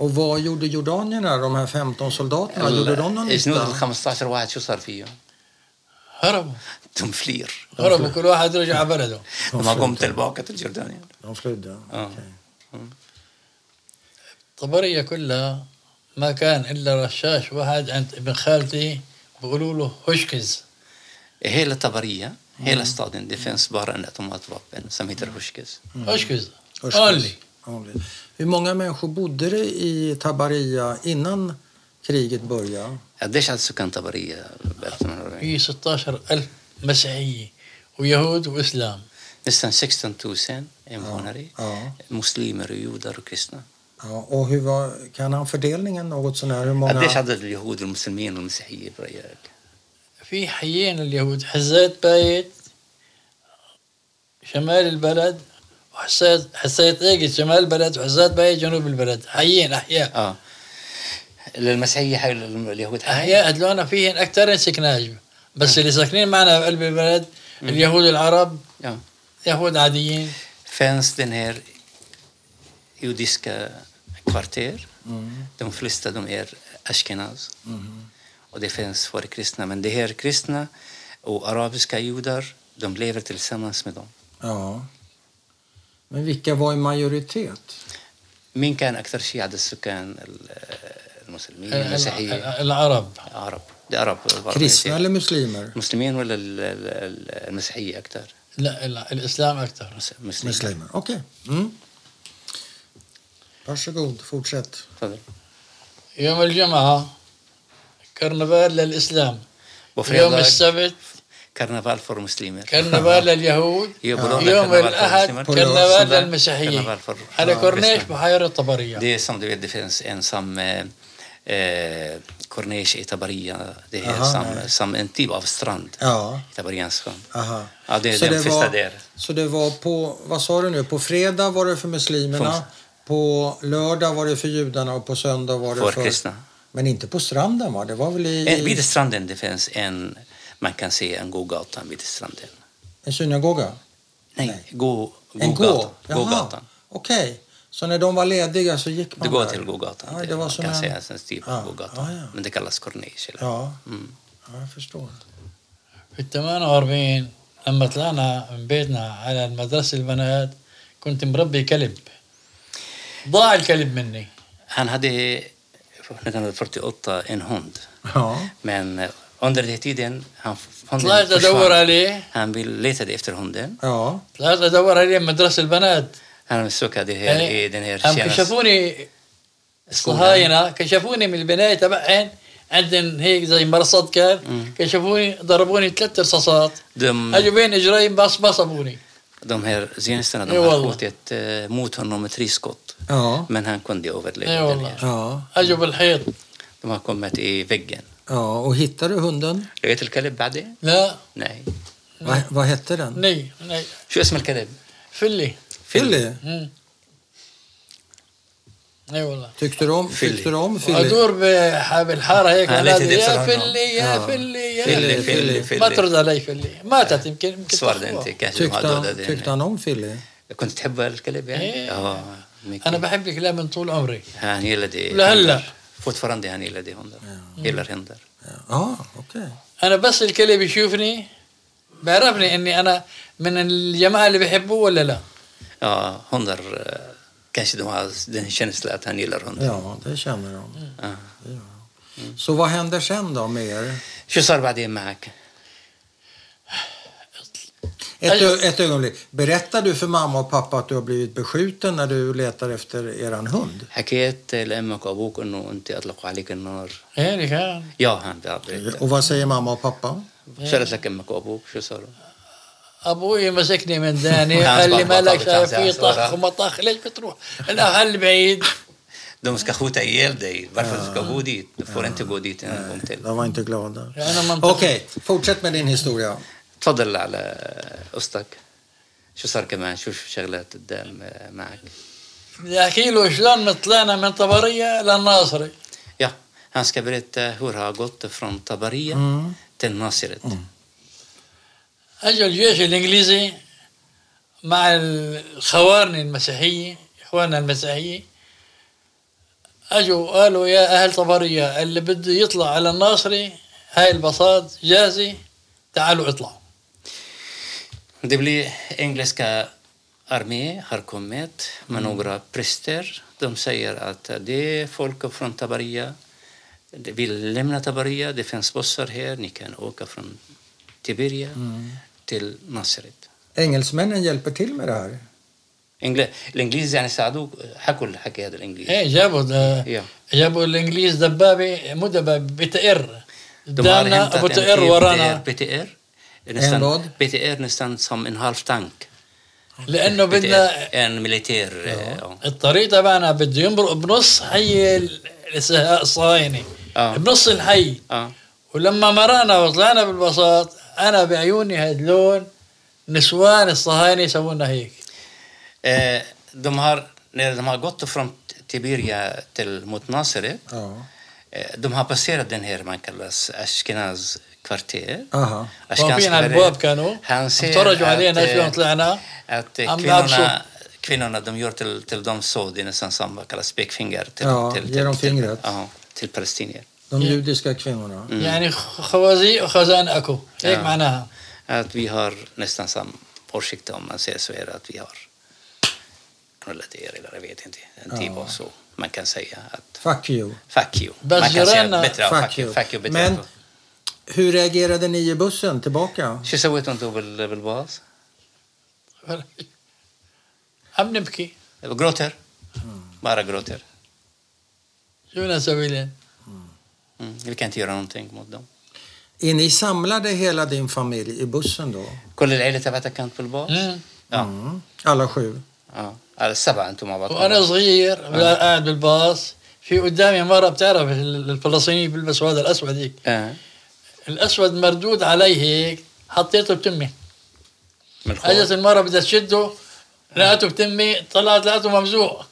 A: Och vad gjorde jordanierna, de här 15 soldaterna? Gjorde de någon
B: الجنود ال
A: nytta?
B: 15 واحد شو صار فيهم؟
C: هربوا
B: De flyr.
C: هربوا كل واحد رجع على بلده
B: De har kommit tillbaka till Jordanien.
A: De flydde.
B: Ja.
A: Okej.
C: طبرية كلها ما كان إلا رشاش واحد عند ابن خالتي بيقولوا له هشكز
B: I hela Tabaria, hela
A: Mm.
B: staden, det finns bara en automatvapen som heter Hushkes.
C: هشكز
A: Hörsköls.
C: اونلي
A: Only. Hur många människor bodde det i Tabaria innan kriget började?
B: قديش عدد سكان طبرية ب 1840؟
C: في 16 ألف مسيحية ويهود وإسلام
B: Nästan 16 000 invånare.
A: Ja.
B: Muslimer, och judar och kristna.
A: Ja, och hur var, kan han fördelningen något sånär? Hur många?
B: قديش عدد اليهود والمسلمين والمسيحيين برأيك؟
C: في حيين اليهود حزات بايت شمال البلد وحسات حسات ايجت شمال البلد وحسات بايت جنوب البلد حيين أحياء
B: اه المسيحية حي اليهود حي
C: أحياء هدلونا فيهن أكثر سكناج بس اللي ساكنين معنا بقلب البلد اليهود العرب
B: اه
C: يهود عاديين
B: Fanns den här judiska kvarter.
A: Mm.
B: De flesta de är ashkenaz. Och det finns för kristna. Men de här kristna och arabiska judar, de lever tillsammans med dem.
A: Ja. Men vilka var i majoritet?
B: مين كان اكثر شيء عدد السكان ال- المسلمين المسيحيين
C: العرب
B: العرب العرب
A: Kristna eller muslimer?
B: المسلمين ولا ال- ال- ال- المسيحيه اكثر
C: لا لا الاسلام اكثر
B: مسلمين
A: Muslimer, okej. Mm. Varsågod, fortsätt.
B: تفضل
C: يوم الجمعه كرنفال للاسلام يوم
B: وفريضه
C: السبت
B: كرنفال فور مسلمين
C: كرنفال لليهود
B: آه. يقولون
C: يوم
B: كرنفال
C: الأحد
B: فور مسلمين.
C: كرنفال
B: سنة
C: للمسيحيين
B: كرنفال فور-
C: على
B: آه،
C: كورنيش
B: Christmas.
C: بحيرة طبرية
B: Det är som du vet, det finns en som eh, eh, Corniche i Tabarija. Det är
A: Aha,
B: som,
A: nej.
B: som en typ av strand
A: Ja,
B: i Tabarijans sjön.
A: aha.
B: Ja, det är
A: Så
B: den
A: det
B: första
A: var-
B: där.
A: Så det var på, vad sa du nu, på fredag var det för muslimerna,
B: För-
A: på lördag var det för judarna och på söndag var det
B: För
A: för...
B: kristna.
A: Men inte på stranden va? Det var väl i,
B: En, vid
A: i
B: stranden det finns en, man kan se en gågatan vid stranden.
A: en synagoga?
B: Nej,
A: Nej.
B: Gå,
A: En gå?
B: gågatan.
A: Jaha,
B: gågatan.
A: okej. Så när de var lediga så gick man
B: Du går
A: där?
B: till gågatan.
A: Ja,
B: det
A: det var
B: man
A: som
B: kan
A: en...
B: säga en typ av
A: Ja,
B: gågatan.
A: ja, ja.
B: Men det kallas Corniche. Eller?
A: Ja,
B: Mm.
A: ja, jag förstår.
C: في ال 48 لما طلعنا من بيتنا على مدرسة البنات كنت مربي كلب ضاع الكلب مني
B: Han hade 1948 en hund.
A: Ja,
B: Men eh, under den tiden han,
C: طلعت ادور عليه
B: Han vill letade efter hunden.
A: ja.
C: طلعت ادور عليه مدرسه البنات يعني
B: Han sökte här i den här
C: هم
B: tjänsten.
C: كشفوني
B: skolan.
C: صهاينه كشفوني من البنايه تبعهم عندهم هيك زي مرصد كان
B: مم.
C: كشفوني ضربوني ثلاث رصاصات
B: De,
C: اجوا بين اجرين بس بصموني
B: de här tjänsterna de
C: Ja,
B: har
C: wallah.
B: skjutit eh, mot honom med tre skott.
A: Ja,
B: Men han kunde överleva
C: Ja,
B: den
C: wallah.
B: här.
A: ja,
C: اجوا إيه بالحيط
B: De har kommit i väggen.
A: ja. Och hittade du hunden?
B: لقيت الكلب بعدين؟
C: لا
B: Nej.
A: Va, vad hette den?
C: ني ني
B: شو اسم الكلب؟
C: فلي
A: Philly?
C: مم. اي والله
A: Tyckte du om
B: Philly.
A: tyckte du om Philly?
C: وادور بح- بالحاره هيك
B: آه،
C: على
B: ليت
C: هذا،
B: تبصر
C: يا
B: عنه.
C: فلي يا
A: آه.
C: فلي
A: فلي،
C: يا
B: Fille,
A: Fille,
B: Fille,
C: ما
B: Fille.
C: ترد علي فلي ماتت يمكن يمكن
B: صور
C: تخوف.
B: انت كاش
A: Tyckte han,
B: المعدودة
A: tyckte
B: دي.
A: han om Philly?
B: كنت تحب الكلب يعني؟
C: إيه.
B: اه ميكي.
C: انا بحب الكلاب من طول عمري
B: Han gillade
C: لهلا.
B: hundar. Fortfarande han gillade hundar. Gillar hundar.
A: Ja, okej.
C: انا بس الكلب يشوفني بيعرفني اني انا من الجماعه اللي بيحبوه ولا لا
B: Ja, hundar eh, kanske de har den känslan att han gillar hundar.
A: Ja, det känner de.
B: Ja.
A: Så vad händer sen då med er?
B: شو صار بعدين معك؟
A: Ett,
C: Jag-
A: ö- ett ögonblick. Berättar du för mamma och pappa att du har blivit beskjuten när du letar efter eran hund?
B: حكيت لامك وابوك انه انت اطلقوا عليك النار
C: يعني كان
B: يا هان بعبرت
A: Och vad säger mamma och pappa?
B: شالت لك امك وابوك شو صار؟
C: ابوي مسكني من داني
B: كان
C: قال لي
B: أصبح
C: مالك
B: بطل
C: شايف في
B: بتاع
C: طخ
B: سودا.
C: وما طخ ليش بتروح الاهل بعيد
B: De ska skjuta ihjäl dig. Varför ska du gå dit? Du får inte gå dit en gång till.
A: De var inte glada.
C: يعني منطقي
A: Okej, fortsätt med din historia.
B: تفضل على قصتك. شو صار كمان؟ شو شغلات قدام آه، معك؟
C: بدي احكي له شلون طلعنا من طبريه للناصري
B: Ja, han ska berätta hur det har gått från Tabaria till Nasiret.
C: اجوا الجيش الانجليزي مع الخوارن المسيحيه اخواننا المسيحيه اجوا قالوا يا اهل طبريه اللي بده يطلع على الناصري هاي البساط جاهزه تعالوا اطلعوا
B: Det blir engelska armé har kommit med några präster. De säger att det är folk från Tabaria. De vill lämna Tabaria. Det finns bussar här. Ni kan åka från Tiberia till Nasiret.
A: Engelsmännen hjälper till med det här.
B: إنجل- الانجليز يعني ساعدوك حكوا الحكي هذا الانجليز
C: ايه جابوا ده
B: يا.
C: جابوا الانجليز دبابه مو دبابه بتقر
B: har
C: قدامنا
B: hämtat
C: ابو
B: en
C: تقر
B: till
C: ورانا
B: BTR.
A: En
B: nästan,
A: vad?
B: BTR nästan som en halv tank.
C: لانه بدنا
B: BTR, en militär... eh, ja.
C: الطريق تبعنا بده يمرق بنص حي ال- الاسهاء الصهاينه
B: آه.
C: بنص الحي
B: Ja.
C: ولما مرقنا وطلعنا بالبساط انا بعيوني هدلون نسوان الصهاينه يسوونا هيك
B: Eh, de har, när de har gått från Tiberia till mot Nasaret,
A: Ja.
B: eh, de har passerat den här man kallas Ashkenaz kvarter.
A: Aha.
B: Ashkenaz
C: واقفين على
B: kvarter.
C: البواب كانوا
B: Han ser
C: اتفرجوا
B: att,
C: علينا شلون
B: eh,
C: طلعنا
B: att eh,
C: عم
B: kvinnorna,
C: بلعبشوا.
B: kvinnorna de gör till, till dem så, det är nästan samma kallas pekfinger till,
A: Ja,
B: till,
A: ger
B: till,
A: dem
B: till,
A: fingret.
B: ja, till palestinier.
A: De judiska kvinnorna.
C: يعني خ- خوازي وخزان اكو هيك
B: آه.
C: معناها
B: Att vi har nästan samma åsikt om man säger så är det att vi har knullat er eller jag vet inte, en typ av så. Man kan säga att
A: Fuck you.
B: Fuck you.
C: Bas
B: Man kan säga
C: Göran-
B: bättre av fuck you. Fuck you bättre
A: Men
B: av-
A: hur reagerade ni i bussen tillbaka?
B: شو سويت انتم بال- بالباص؟
C: عم نبكي
B: جروتر bara gråter.
C: شو بدنا نسوي لهم؟
B: Mm. Vi kan inte göra någonting mot dem.
A: Är ni samlade hela din familj i bussen då?
B: كل العيله تبعتك كانت بالباص؟
C: مم.
B: اه
A: Mm. Alla sju?
B: اه على السبعه انتم مع بعض
C: وانا صغير قاعد بالباص في قدامي مره بتعرف الفلسطينيين بيلبسوا هذا الاسود هيك
B: اه
C: الاسود مردود علي هيك حطيته بتمي
B: من الخوف.
C: اجت المره بدها تشده لقيته بتمي طلعت لقيته ممزوق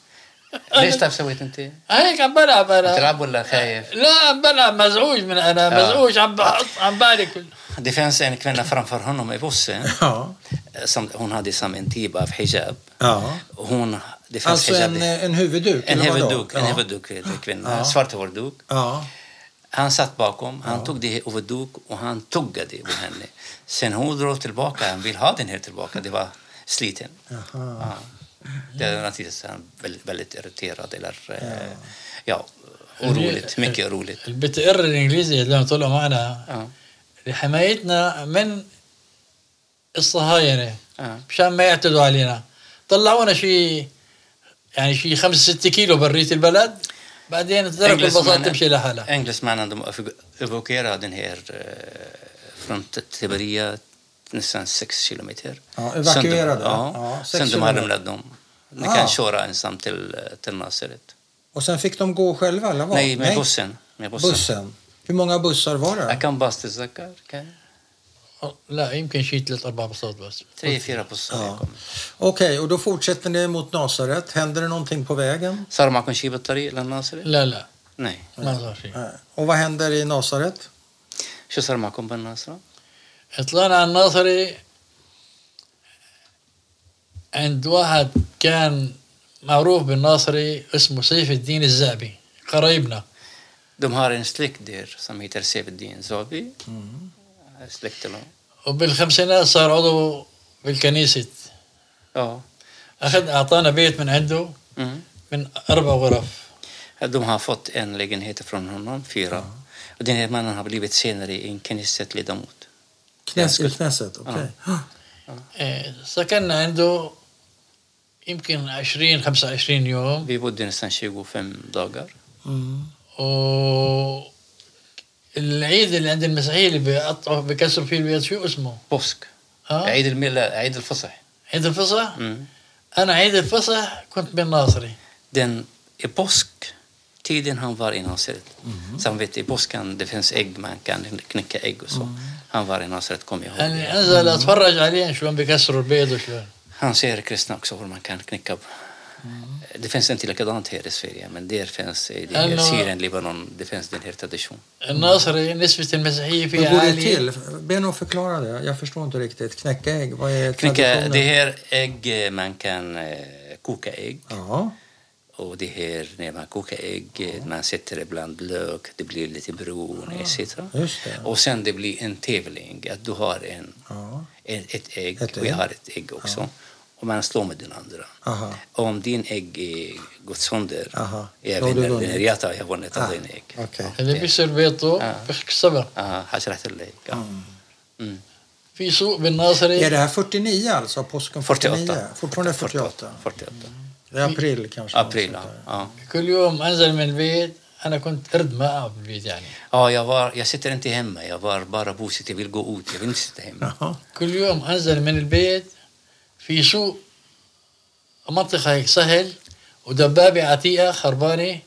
B: ليش طيب سويت انت؟
C: هيك عم بلعب انا
B: بتلعب ولا خايف؟
C: لا عم بلعب مزعوج من انا
B: آه.
C: مزعوج عم بحط عم بالي كل
B: Det fanns en kvinna framför honom i bussen
A: Ja.
B: eh, som hon hade som en typ av hijab.
A: ja.
B: Hon, det fanns
A: Alltså
B: hijab.
A: en, en huvudduk?
B: en
A: eller vadå?
B: huvudduk, en
A: Ja.
B: huvudduk vet du, kvinna,
A: Ja.
B: svart hårduk.
A: Ja.
B: Han satt bakom, han tog det huvudduk och han tuggade på henne. Sen hon drog tillbaka, han vill ha den här tillbaka, det var sliten.
A: Jaha.
B: Ja. Det är naturligtvis han väldigt, väldigt irriterad eller eh, ja,
C: Det-
B: oroligt, mycket oroligt.
C: البتقر الانجليزي لما طلعوا معنا
B: Ja,
C: لحمايتنا من الصهاينه
B: ja.
C: مشان ما يعتدوا علينا طلعونا شيء يعني شيء خمسة ستة كيلو بريت البلد بعدين ترك البساط
B: Engelsmännen-
C: تمشي لحالها
B: Engelsmännen de evokerar den här eh, från Tiberias nästan sex kilometer.
A: Ja, evakuerade.
B: Sen de, ja,
A: Ja, sex
B: sen de har
A: kilometer.
B: lämnat dem. Ni
A: Ah.
B: kan köra ensam till, eh, till Nasaret.
A: Och sen fick de gå själva eller vad?
B: Nej, med bussen. Med bussen.
A: Bussen. Hur många bussar var det?
B: Jag kan bara tillsäkra, kan jag?
C: لا يمكن شيء ثلاث اربع بساط بس
B: Tre, fyra bussar
A: Ja.
B: kom.
A: Okej, och då fortsätter ni mot Nasaret. Händer det någonting på vägen?
B: صار معكم شيء بالطريق للناصرة؟
C: لا لا
B: Nej.
C: ما صار شيء
A: Nej. Och vad händer i Nasaret?
B: شو صار معكم بالناصرة؟
C: طلعنا على الناصري عند واحد كان معروف بالناصري اسمه سيف الدين الزعبي قريبنا
B: De har en släkt där som heter Sef الدين زوبي.
A: Mm.
B: Släkt till honom.
C: وبالخمسينات صار عضو بالكنيسة
B: Ja.
C: أخذ أعطانا بيت من عنده
B: Mm.
C: من أربع غرف
B: De har fått en lägenhet från honom, fyra. Och den här mannen har blivit senare en knessetledamot.
A: Knäs, I knässet? Okej.
C: إيه، سكننا عنده يمكن 20 25 يوم
B: Vi bodde nästan 25 dagar.
A: Mm.
C: و العيد اللي عند المسيحيين اللي بيقطعوا بكسروا فيه البيض شو اسمه؟
B: Påsk.
C: ها؟
B: عيد الميلاد عيد الفصح.
C: عيد الفصح؟
B: Mm.
C: انا عيد الفصح كنت بالناصري
B: Den i påsktiden han var i Nasaret. Som vet, i påskan det finns ägg, man kan knäcka ägg och så. Han var i Nasaret, kom jag ihåg. det.
C: يعني انزل اتفرج عليهم شلون بكسروا البيض وشلون
B: Han ser kristna också hur man kan knäcka. Det finns inte likadant här i Sverige, men där finns i det här
C: Eller-
B: Syrien, Libanon, det finns den här traditionen.
C: الناصري نسبة المسيحية
A: Hur
C: فيه
A: går det
C: عالية
A: till? Be någon förklara det. Jag förstår inte riktigt. Knäcka ägg, vad är
B: Knäcka,
A: traditionen?
B: det här ägg, eh, man kan eh, koka ägg.
A: Ja.
B: Och det här, när man kokar ägg, eh, man sätter ibland lök, det blir lite brun, etc.
A: just det.
B: Och sen det blir en tävling, att du har en,
A: ja.
B: ett, ett ägg,
A: Ett
B: och jag
A: ägg.
B: har ett ägg också. Och man slår med den andra.
A: Aha.
B: Om din ägg eh, gått sönder,
A: Aha.
B: jag
A: Då har du
B: vinner den
A: vunnit.
B: här, jag tar, jag vunnit av
A: Ah,
B: din ägg.
A: okej.
C: اللي بيكسر بيضه
B: آه.
C: بيكسبها
B: Ja, har släckt till dig. Ja. Mm.
C: في سوق
A: Är det
C: بالناصري
A: här 49 alltså? Påsken 49?
B: 48.
A: Fortfarande 48?
B: 48.
A: Det är april kanske?
B: April,
A: något
B: ja.
A: sånt där.
B: ja.
C: كل يوم انزل من البيت انا كنت ارد معه بالبيت يعني
B: Ja, jag, var, jag sitter inte hemma. Jag var bara bosatt. Jag vill gå ut. Jag vill inte sitta hemma.
A: Jaha.
C: كل يوم انزل من البيت في سوق منطقة هيك سهل ودبابة عتيقة خربانة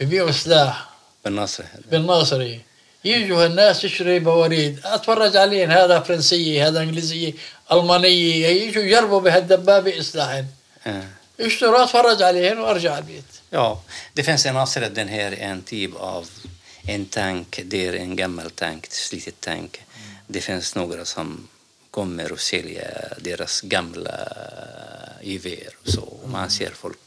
C: ببيعوا سلاح
B: بالناصر هذا.
C: بالناصري يجوا الناس تشتري بواريد اتفرج عليهم هذا فرنسية هذا انجليزية المانية يجوا يجربوا بهالدبابة اسلحهم
B: آه.
C: يشتروا اتفرج عليهم وارجع على البيت
B: eh, Ja, det finns en Nasaret, den här en typ av en tank. Det är en gammal tank, ett slitet tank. Det finns några som kommer och säljer deras gamla gevär och så. Och man ser folk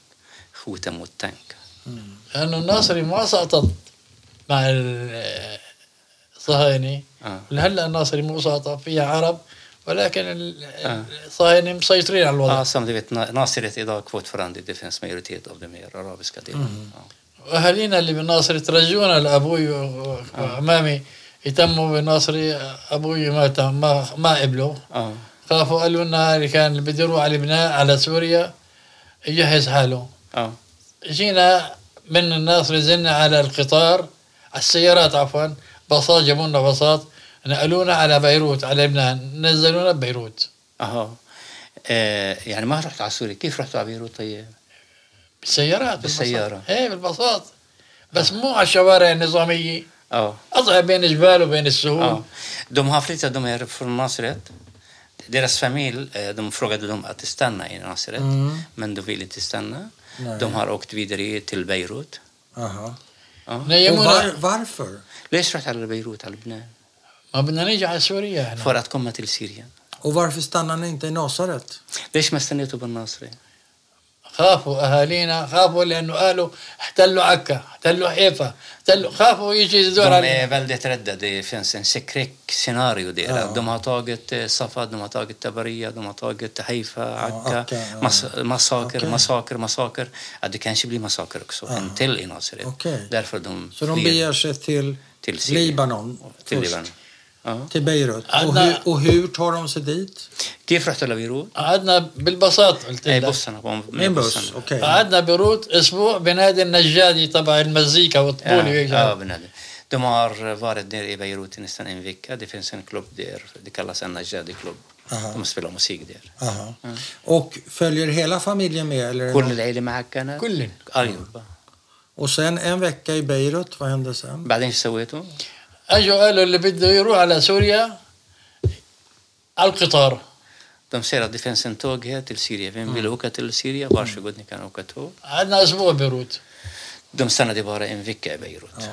B: skjuta mot tank.
A: Mm.
C: لانه الناصري ما سقطت مع ال- الصهاينة
B: آه.
C: لهلا الناصري مو سقطت فيها عرب ولكن ال-
B: آه.
C: الصهاينة مسيطرين على الوضع
B: Ja, som du vet, Na- Nasaret idag fortfarande, det finns majoritet av de här arabiska delarna. Ja.
C: واهالينا اللي بالناصري ترجونا لابوي و- وعمامي يتموا بالناصري ابوي ما تم ما ما قبلوا
B: Ja.
C: خافوا قالوا لنا اللي كان اللي بده يروح على لبنان على سوريا يجهز حاله
B: Ja.
C: جينا من الناصري زلنا على القطار على السيارات عفوا باصات جابوا لنا باصات نقلونا على بيروت على لبنان نزلونا ببيروت
B: اها آه، يعني ما رحت على سوريا كيف رحتوا على بيروت طيب
C: بالسيارات
B: بالسيارة.
C: بالبساط. ايه بالبساط بس مو على الشوارع النظاميه
B: اه
C: اضع بين الجبال وبين السهول
B: Ja. De har flyttat, de är från Nasaret. Deras familj, eh, de frågade dem att stanna i Nasaret,
A: Mm.
B: men de ville inte stanna.
A: Nej.
B: De har åkt vidare till Beirut.
A: Aha.
B: Ja.
A: Och var,
C: نيمونا
A: varför?
B: Läs rätt alla Beirut, alla Lebanon,
C: ما بدنا نيجي على سوريا احنا
B: för att komma till Syrien.
A: Och varför stannar ni inte i Nasaret?
B: ليش ما استنيتوا بالناصرة؟
C: خافوا اهالينا خافوا لانه قالوا احتلوا عكا احتلوا حيفا احتلوا خافوا يجي يزور
B: De är
C: علينا
B: väldigt rädda. Det finns en skräckscenario där.
A: Ja.
B: De har tagit eh, Safad, de har tagit Tabaria, de har tagit Haifa, Akka.
A: Akka, ja.
B: mas- massaker,
A: Okej.
B: massaker, massaker. Ja, det kanske blir massaker också. En till i Nasaret.
A: Okej.
B: Därför de
A: Så de
B: flyr
A: beger sig till,
B: till Syrien.
A: Libanon
B: Till
A: först,
B: Libanon. Ja. Mm.
A: till Beirut. Och
C: Anna-
A: hur, och hur tar de sig dit?
B: كيف رحتوا لبيروت؟
C: قعدنا بالبساط قلت
B: اي
C: لك
B: بوسنا
A: Med buss? Okej.
C: قعدنا بيروت اسبوع بنادي النجادي تبع المزيكا
B: آه.
C: والطبول وهيك
B: Ja, benägen. De har varit nere i Beirut i nästan en vecka. Det finns en klubb där, det kallas en Najadi klubb.
A: Aha.
B: De spelar musik där.
A: Aha. Och följer hela familjen med? Eller är det
B: كل
A: någon-
B: العيلة معك كانت؟
C: كلن
B: ايوه
A: Och sen en vecka i Beirut, vad hände sen?
B: بعدين شو سويتوا؟
C: اجوا قالوا اللي بده يروح على سوريا على القطار
B: De säger att det finns en tåg här till Syrien. Vem
A: Mm.
B: vill åka till Syrien? Varsågod, ni kan åka tåg.
C: قعدنا اسبوع بيروت
B: De stannade bara en vecka i Beirut.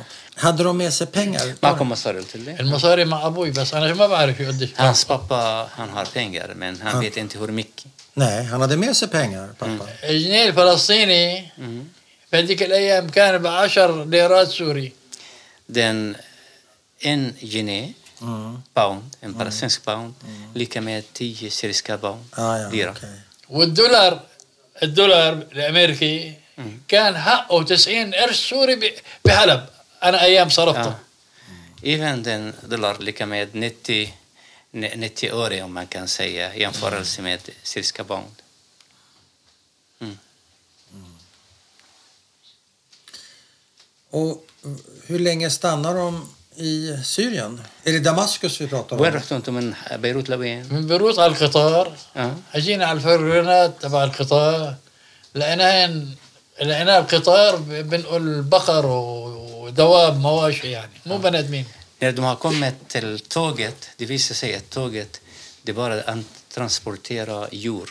A: Hade de med sig pengar?
B: معكم مصاري قلت لي؟
C: المصاري مع ابوي بس انا ما بعرف شو قديش
B: Hans pappa, han har pengar, men han vet inte hur mycket.
A: Nej, han hade med sig pengar, pappa.
C: الجنيه الفلسطيني
B: Mm.
C: بهذيك الايام كان ب 10 ليرات سوري
B: Den, en guinea,
A: Mm.
B: pound, en palestinsk pound, lika med tio syriska pound,
A: Ah, ja,
B: lira.
A: okej.
C: والدولار الدولار الامريكي كان حقه 90 قرش سوري ب- بحلب انا ايام صرفته
B: Ja. Även den dollar lika med 90, ne- 90 öre om man kan säga i jämförelse
A: Mm.
B: med syriska pound.
A: Och hur länge stannar de i Syrien? Är det Damaskus vi pratar
B: وين
A: om?
B: رحتوا انتم من بيروت لوين؟
C: من بيروت على القطار
B: اه
C: اجينا على الفريونات تبع القطار لقيناهن لقينا القطار ب- بنقل بقر و- ودواب مواشي يعني مو بني ادمين
B: När de har kommit till tåget, det visar sig att tåget det är bara att transportera djur.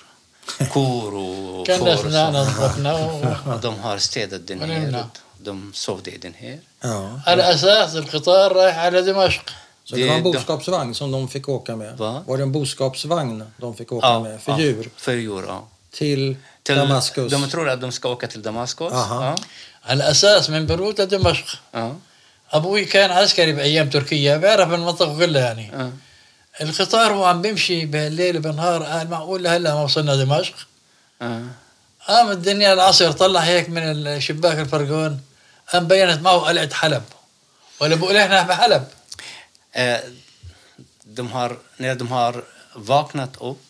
B: Kor och
C: كان
B: får och så.
C: نحن نظفناه
B: Och De har städat den här.
C: Varenda.
B: De sovde i den här.
A: Ja.
C: على اساس القطار رايح على دمشق
A: Så det var en
B: Det-
A: boskapsvagn som de fick åka med?
B: Va?
A: Var det en boskapsvagn de fick åka med för
B: ja,
A: djur?
B: För djur, ja.
A: Till,
B: Till,
A: Damaskus?
B: De tror att de ska åka till Damaskus.
A: Aha.
B: Ja,
C: على اساس من بيروت لدمشق
B: ja,
C: ابوي كان عسكري بايام تركيا بيعرف المنطقه كلها يعني
B: ja.
C: القطار هو عم بيمشي بالليل وبالنهار قال معقول لهلا ما وصلنا دمشق
B: ja.
C: قام الدنيا العصر طلع هيك من الشباك الفرقون قام بينت معه قلعة حلب ولا بقول احنا بحلب
B: Eh, de har, när de har vaknat upp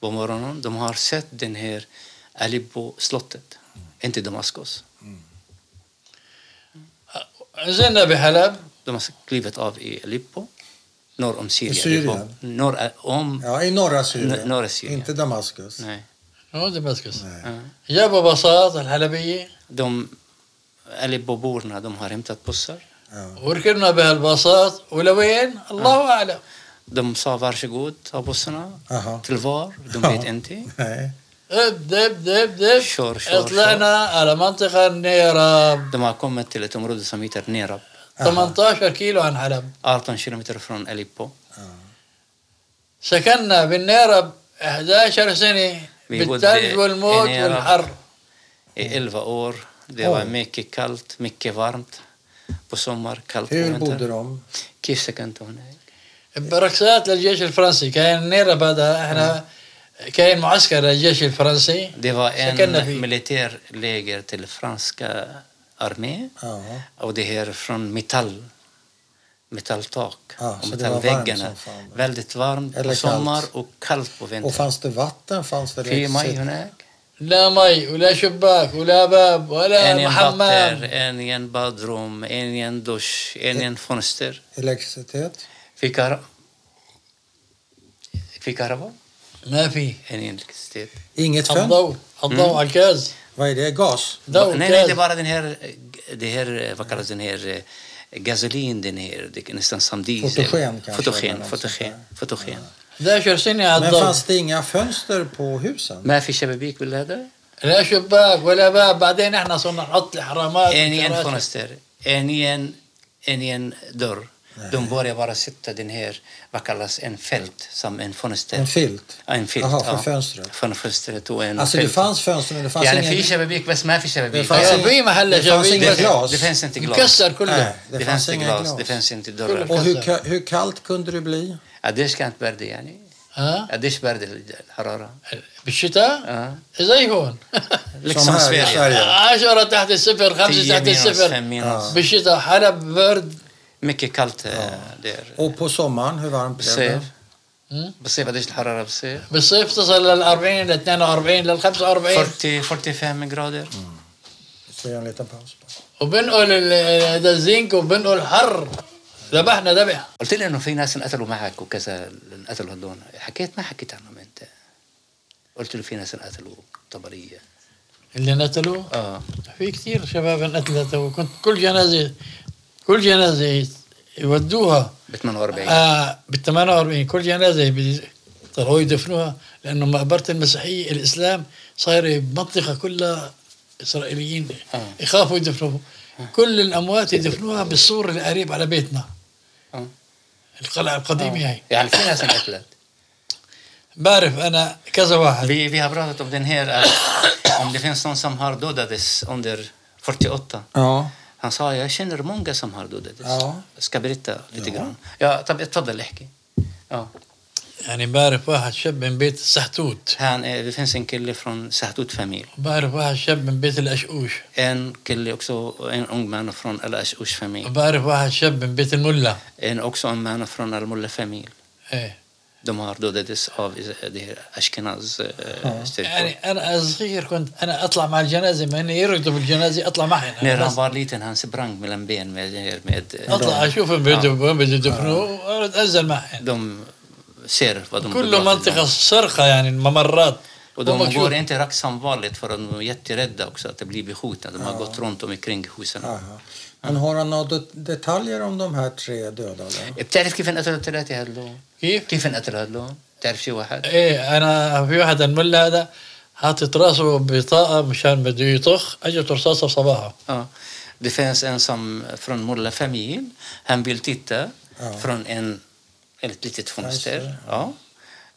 B: på morgonen, de har sett den här Aleppo slottet, inte Damaskus.
C: نزلنا بحلب
B: De har klivit av i Aleppo, norr om Syrien.
A: I Syrien?
B: Aleppo. Norr eh, om...
A: Ja, i norra Syrien.
B: N- norra Syrien.
A: Inte Damaskus.
B: Nej.
C: هون دمشق
B: Ja.
C: جابوا بساط الحلبية
B: De Aleppo-borna, de har hämtat bussar.
A: Ja.
C: وركبنا بهالبساط ولوين الله اعلم
B: De sa varsågod, ta bussarna.
A: Aha.
B: Till var? De
A: Ja.
B: vet inte.
A: Nej.
C: دب دب دب دب
B: شور شور
C: طلعنا على منطقة النيراب
B: De har kommit till ett område som heter Nerab,
C: 18 كيلو عن حلب
B: 18 kilometer från Aleppo.
C: سكننا بالنيرب 11 سنة
B: في بود
C: بالثلج والموت
B: النيرب.
C: والحر
B: I 11 år. Det
A: Oj.
B: var mycket kallt, mycket varmt. På sommar, kallt på
A: Hur bodde
B: vintern.
A: de?
B: كيف سكنتوا هناك؟
C: بركسات للجيش الفرنسي كان النيرب هذا احنا كان معسكر للجيش الفرنسي
B: Det var
C: سكننا
B: en
C: فيه
B: militärläger till franska armén.
A: Ja.
B: Och det här från metall. Metalltak
A: Ja, så det var varmt
B: och
A: som
B: metallväggarna.
A: fan.
B: Väldigt varmt
A: Eller
B: på sommar
A: kallt.
B: och kallt på
A: Och
B: vintern.
A: fanns det vatten? Fanns det
B: في مي
A: elektricitet?
B: هناك؟
C: لا مي ولا شباك ولا باب ولا
B: En
C: حمام
B: badrum, en badrum, en dusch, en fönster.
A: elektricitet?
B: في كهرباء في كهرباء
C: ما في
B: يعني الستيت
A: Inget fönster?
C: الضوء الضوء على الكاز
A: Vad är det? Gas?
C: ضوء
B: nej, nej, det är
C: كاز
B: bara den här, det här, vad kallas den här, eh, gasolin, den här, det är nästan som diesel.
A: Fotogen kanske, eller
B: Fotogen,
A: något
B: fotogen,
A: sånt
B: fotogen.
C: 11 سنه على
A: Men
C: الضوء
A: fanns det inga fönster på husen?
B: ما في شبابيك بالهذا؟
C: لا شباك ولا باب بعدين احنا صرنا عطل حرامات
B: Ingen
C: وكراسي.
B: fönster, ingen, ingen dörr. De börjar bara sätta den här, vad kallas en fält, som en fönster.
A: En filt?
B: Ja, en filt.
A: Jaha,
B: ja.
A: från fönstret.
B: Från fönstret och en
A: Alltså det
B: filt.
A: fanns fönster men det fanns
B: يعني في
A: ingen...
B: شبابيك بس ما في
A: Det
B: شبابيك
A: fanns,
C: Ja,
A: ingen-
C: vi med heller
A: det fanns
C: kör vi.
A: inget
C: Det-
A: glas.
B: Det finns inte glas.
C: مكسر
A: Nej,
C: كله
B: Det fanns inget glas, det fanns inte dörrar.
A: Och hur, ka- hur kallt kunde det bli?
B: قديش كانت باردة يعني؟
C: ها
B: قديش باردة الحرارة؟
C: بالشتاء
B: اه
C: زي هون
A: Som
B: liksom
A: här i
B: Sverige.
A: Sverige.
C: 10 تحت الصفر 5
B: 10
C: تحت
B: minus, 5
C: الصفر آه.
B: minus.
C: بالشتاء حلب برد
B: Mycket kallt eh, där.
A: Och på sommaren, hur varmt blev det?
B: بالصيف بالصيف قديش الحرارة بالصيف؟
C: بالصيف تصل لل 40 لل 42 لل 45
B: 40 45 grader.
A: Så gör en liten paus.
C: وبنقل ال- هذا الزنك وبنقل حر ذبحنا ذبح
B: قلت لي انه في ناس انقتلوا معك وكذا انقتلوا هدول حكيت ما حكيت عنهم انت قلت له في ناس انقتلوا طبريه
C: اللي نقتلوه
B: اه
C: في كثير شباب انقتلت وكنت كل جنازه كل جنازه يودوها
B: ب 48
C: آه بال 48 كل جنازه بي- طلعوا يدفنوها لانه مقبره المسيحيه الاسلام صايره بمنطقه كلها اسرائيليين
B: آه.
C: يخافوا يدفنوها كل الاموات يدفنوها بالسور القريب على بيتنا
B: آه.
C: القلعه القديمه هاي
B: يعني في ناس انقتلت
C: بعرف انا كذا واحد
B: Vi, vi har pratat om den här att om det finns någon som har dödades under 48.
A: Ja.
B: Han sa jag känner många som har dödades.
A: Ja.
B: Jag ska berätta lite grann. Ja, طب اتفضل احكي. Ja.
C: يعني بعرف واحد شاب من بيت السحتوت
B: Han, är- det finns en kille från Sahtut familj.
C: بعرف واحد شاب من بيت الاشقوش
B: En kille också, en ung man från Al Ashush familj.
C: بعرف واحد شاب من بيت الملا
B: En också en man från Al Mulla familj.
C: ايه
B: De har dödades av eh, det här Ashkenaz eh, styrkor.
C: يعني انا صغير كنت انا اطلع مع الجنازه ما هن يركضوا بالجنازه اطلع معهم
B: När
C: أنا
B: han
C: بس
B: var liten han sprang mellan ben med, med, med
C: اطلع اشوفهم بده وين بده يدفنوا وارد انزل معهم
B: de ser vad de
C: كله
B: begår för
C: منطقه سرقه يعني الممرات
B: Och de
C: هم
B: går
C: شو-
B: inte rakt som vanligt för de är jätterädda också att det blir beskjutna. De har gått runt omkring husen.
A: Aha. Men har han några det- detaljer om de här tre dödade?
B: بتعرف كيف انقتلوا الثلاثة هذول؟
C: كيف؟
B: كيف انقتلوا هذول؟ بتعرف شي واحد؟
C: ايه انا في واحد الملا هذا حاطط راسه ببطاقه مشان بده يطخ اجت رصاصه بصباحه
B: Ja. Det finns en som från Mulla familj. Han vill titta
A: Ja.
B: från en, ett litet fönster.
A: Fönster,
B: Ja.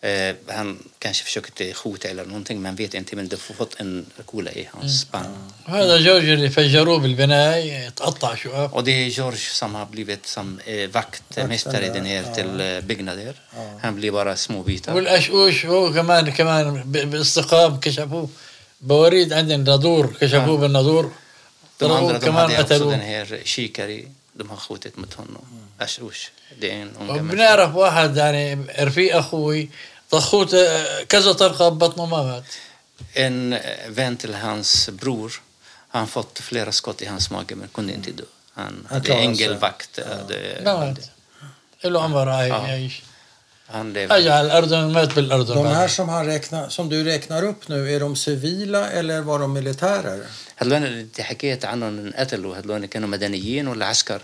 B: Eh, han kanske försökte skjuta eller någonting, man vet inte. Men det har fått en kula i
A: Mm.
B: hans spann.
C: هذا جورج اللي فجروه بالبنايه تقطع شقق
B: Och det är George som har blivit som eh, vaktmästare i den här
A: Ja.
B: till eh, byggnader.
A: Ja.
B: Han blir bara småbitar.
C: والاشقوش هو كمان كمان ب- باستقام كشفوه بوريد عندنا نادور كشفوه
B: آه.
C: بالنادور
B: De andra
C: طلعوه
B: de hade
C: كمان
B: också den
C: قتلوه
B: här kikari. De har skjutit mot honom.
A: Mm.
B: Ash-Ush. Det är en ung gammal.
C: وبنعرف واحد يعني رفيق اخوي طخوت آه، كذا طلقه ببطنه ما مات
B: En eh, vän till hans bror. Han fått flera skott i hans mage men kunde inte dö. Han hade
A: klarade sig.
B: ängelvakt.
C: ما
B: Hade,
C: مات له عمر هاي
B: آه.
C: يعيش
B: han levde.
C: اجى على الاردن مات بالاردن
A: De här
C: بعد.
A: som, han räknar, som du räknar upp nu, är de civila eller var de militärer?
B: هذول اللي انت حكيت عنهم انقتلوا هذول كانوا مدنيين ولا عسكر؟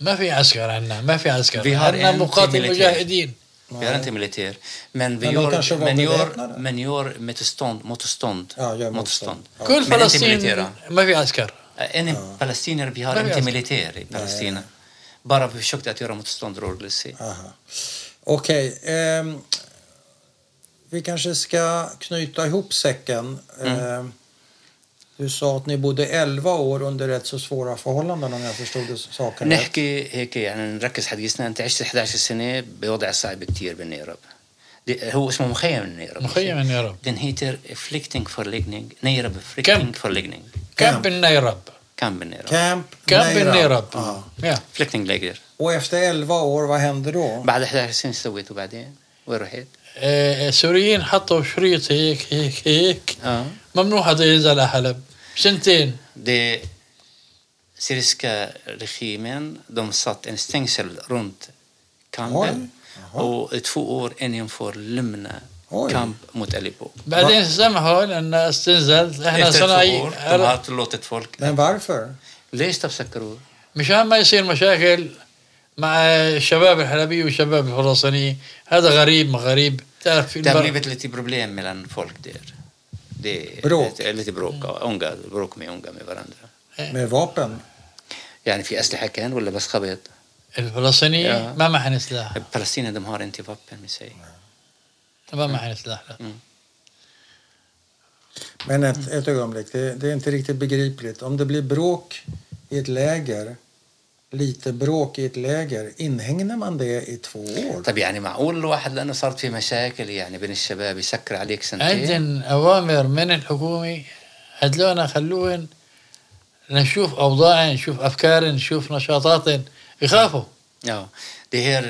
C: ما في عسكر عندنا ما في عسكر
B: بهار
C: عندنا
B: أنت
C: مقاتل
B: ميليتير.
C: مجاهدين
B: Vi är inte militär. Men vi
A: Men de kanske
B: gör,
A: var
B: men gör,
A: beväpnade?
B: men gör motstånd. motstånd.
A: Ja, gör motstånd. Ja.
C: كل
B: Men inte
C: فلسطين
B: militära.
C: ما في عسكر
B: En palestinier, vi har
C: Men vi
B: inte
C: har-
B: militär i Palestina. Bara vi försökte att göra motståndrörelse.
A: Aha. Okej. ehm, vi kanske ska knyta ihop säcken. Ehm, du sa att ni bodde 11 år under rätt så svåra förhållanden om jag förstod saken rätt.
B: نحكي هيك يعني نركز حديثنا انت عشت 11 سنه بوضع صعب كثير بالنيرب دي- هو اسمه مخيم النيرب
C: مخيم النيرب.
B: Den heter Flykting förläggning, نيرب Flykting förläggning.
C: كامب النيرب
B: Kamp النيرب
A: Camp
C: كامب النيرب
A: Ja.
C: يا.
B: Flyktingläger.
A: Och efter 11 år, vad hände då?
B: بعد 11 سنه سويته بعدين؟ وين رحت؟
C: آه، السوريين حطوا شريط هيك هيك هيك
B: اه
C: ممنوع حدا ينزل على حلب سنتين
B: Det syriska regimen de satt en stängsel runt kampen.
A: Oj.
B: Och två år innan får lämna
A: Oj.
B: kamp mot Aleppo.
C: بعدين سمحوا لان استنزلت احنا
B: Efter två
C: صناعي
B: år, de har låtit folk...
A: Men varför?
B: Läs تفسكروا
C: مشان ما يصير مشاكل مع الشباب الحلبي والشباب الفلسطيني هذا غريب ما غريب تعرف في
B: Det har
C: البر-
B: blivit lite problem mellan folk där. Det är
A: Bråk.
B: lite, lite bråk, ja. unga, bråk med unga med varandra.
A: Med vapen?
B: يعني في أسلحة كان ولا بس خبط؟
C: الفلسطيني
B: يا.
C: ما معهن سلاح
B: فلسطين de har inte vapen med sig.
C: ما معهن سلاح لا
A: Men ett, ett ögonblick, det, det är inte riktigt begripligt. Om det blir bråk i ett läger, lite bråk i ett läger, inhägnar man det i två år?
B: طب يعني معقول الواحد لأنه صارت في مشاكل يعني بين الشباب يسكر عليك سنتين؟
C: عندن اوامر من الحكومه هدلونا خلوهن نشوف اوضاعن نشوف افكارن نشوف نشاطاتن يخافوا
B: Ja, det här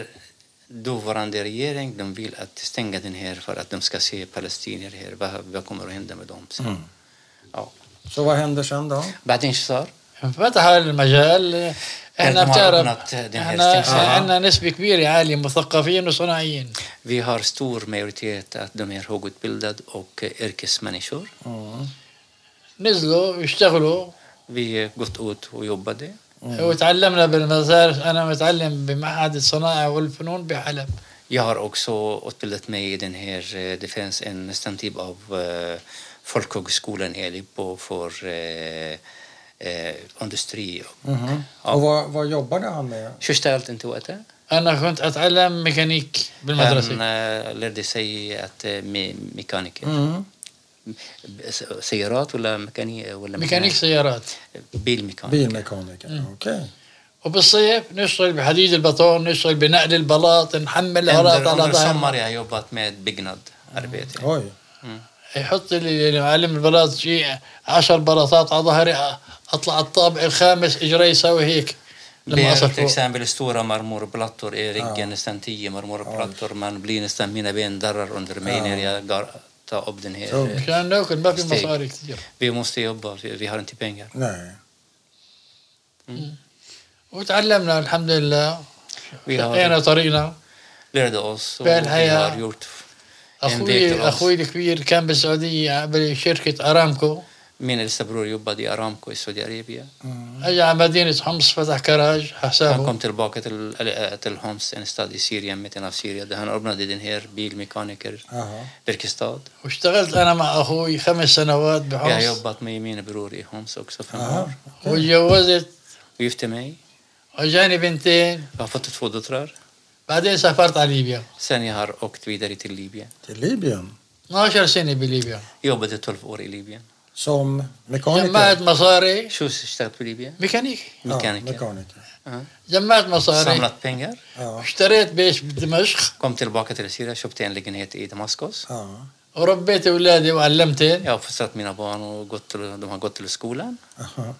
B: dåvarande regering, de vill att stänga den här för att de ska se palestinier här. Vad, vad kommer att hända med dem sen?
A: Mm.
B: Ja.
A: Så vad händer sen då?
B: بعدين شو صار؟
C: انفتح هذا المجال احنا
B: كانت
C: بتعرف
B: معارضنا بتهدم
C: احنا
B: هالسنة.
C: عندنا نسبه كبيره عاليه مثقفين وصناعيين
B: Vi har stor majoritet att de är högutbildade och eh, yrkesmänniskor.
A: Mm.
C: نزلوا يشتغلوا
B: Vi gått ut och jobbade.
C: وتعلمنا بالمدارس انا متعلم بمعهد الصناعه والفنون بحلب
B: Jag har också utbildat mig i den här, eh, det finns en nästan typ av eh, folkhögskolan i Aleppo för eh, eh, industri. och-
A: Och
B: Ja.
A: vad, vad jobbade han med?
B: Hur ställde inte åter?
C: انا كنت اتعلم ميكانيك بالمدرسه
B: Han eh, lärde sig att eh, me- mekaniker.
A: Mm.
B: S- Sejrat eller mekanik? eh, Eller
C: ميكانيك سيارات
B: Bilmekaniker.
A: Bilmekaniker. Okej.
C: وبالصيف نشتغل بحديد البطون نشتغل بنقل البلاط نحمل اغراض
B: Under,
C: على
B: under
C: ظهرنا
B: sommar jag har jobbat med byggnadsarbete.
A: Oj.
C: يحط لي معلم البلاط شيء عشر بلاطات على ظهري أ- اطلع الطابع الخامس اجري يساوي هيك لما
B: Ber
C: اصل
B: till
C: فوق
B: exempel stora marmorplattor i ryggen, nästan tio marmorplattor. Man blir nästan, mina ben darrar under mig när jag gar, tar upp den här.
A: Tung.
B: eh,
C: مشان ناكل ما في
B: ستيك.
C: مصاري كثير
B: Vi måste jobba, vi, vi har inte pengar.
A: Nej.
C: وتعلمنا الحمد لله
B: Vi
C: لقينا
B: har
C: طريقنا
B: lärde oss och
C: بين
B: vi
C: هيا.
B: har gjort. en del till
C: اخوي
B: oss.
C: اخوي الكبير كان بالسعوديه بشركه ارامكو
B: Min äldsta bror jobbade i Aramco i Saudiarabien.
C: اجى على مدينه حمص فتح كراج
B: Han
C: حسابه
B: kom tillbaka till, eller, äh, till Homs, en stad i Syrien, mitten av Syrien, där han öppnade den här
A: Jaha.
B: bilmekanikerverkstad.
C: واشتغلت انا مع اخوي خمس سنوات
B: Jag har
C: بحمص
B: jobbat med min bror i Homs också fem år.
A: Jaha.
C: وتجوزت
B: Gifte mig.
C: واجاني بنتين
B: Jag har fått två döttrar.
C: بعدين سافرت على ليبيا
B: Sen jag har åkt vidare till Libyen.
A: Till Libyen?
C: 12 سنه بليبيا
B: Jobbade 12 år i Libyen.
A: Som
C: جمعت
A: mekaniker?
C: مصاري
B: Shus اشتغلت i Libyen.
C: ميكانيكي
A: Ja,
B: Mekaniker.
A: mekaniker.
C: جمعت مصاري
B: Samlat pengar.
A: Ja.
C: اشتريت بيت بدمشق
B: Kom tillbaka till Syrien. Köpte en lägenhet i Damaskus.
A: ja.
C: وربيت اولادي وعلمتهم
B: Jag har fostrat mina barn och gått till, de har gått till skolan.
A: Aha.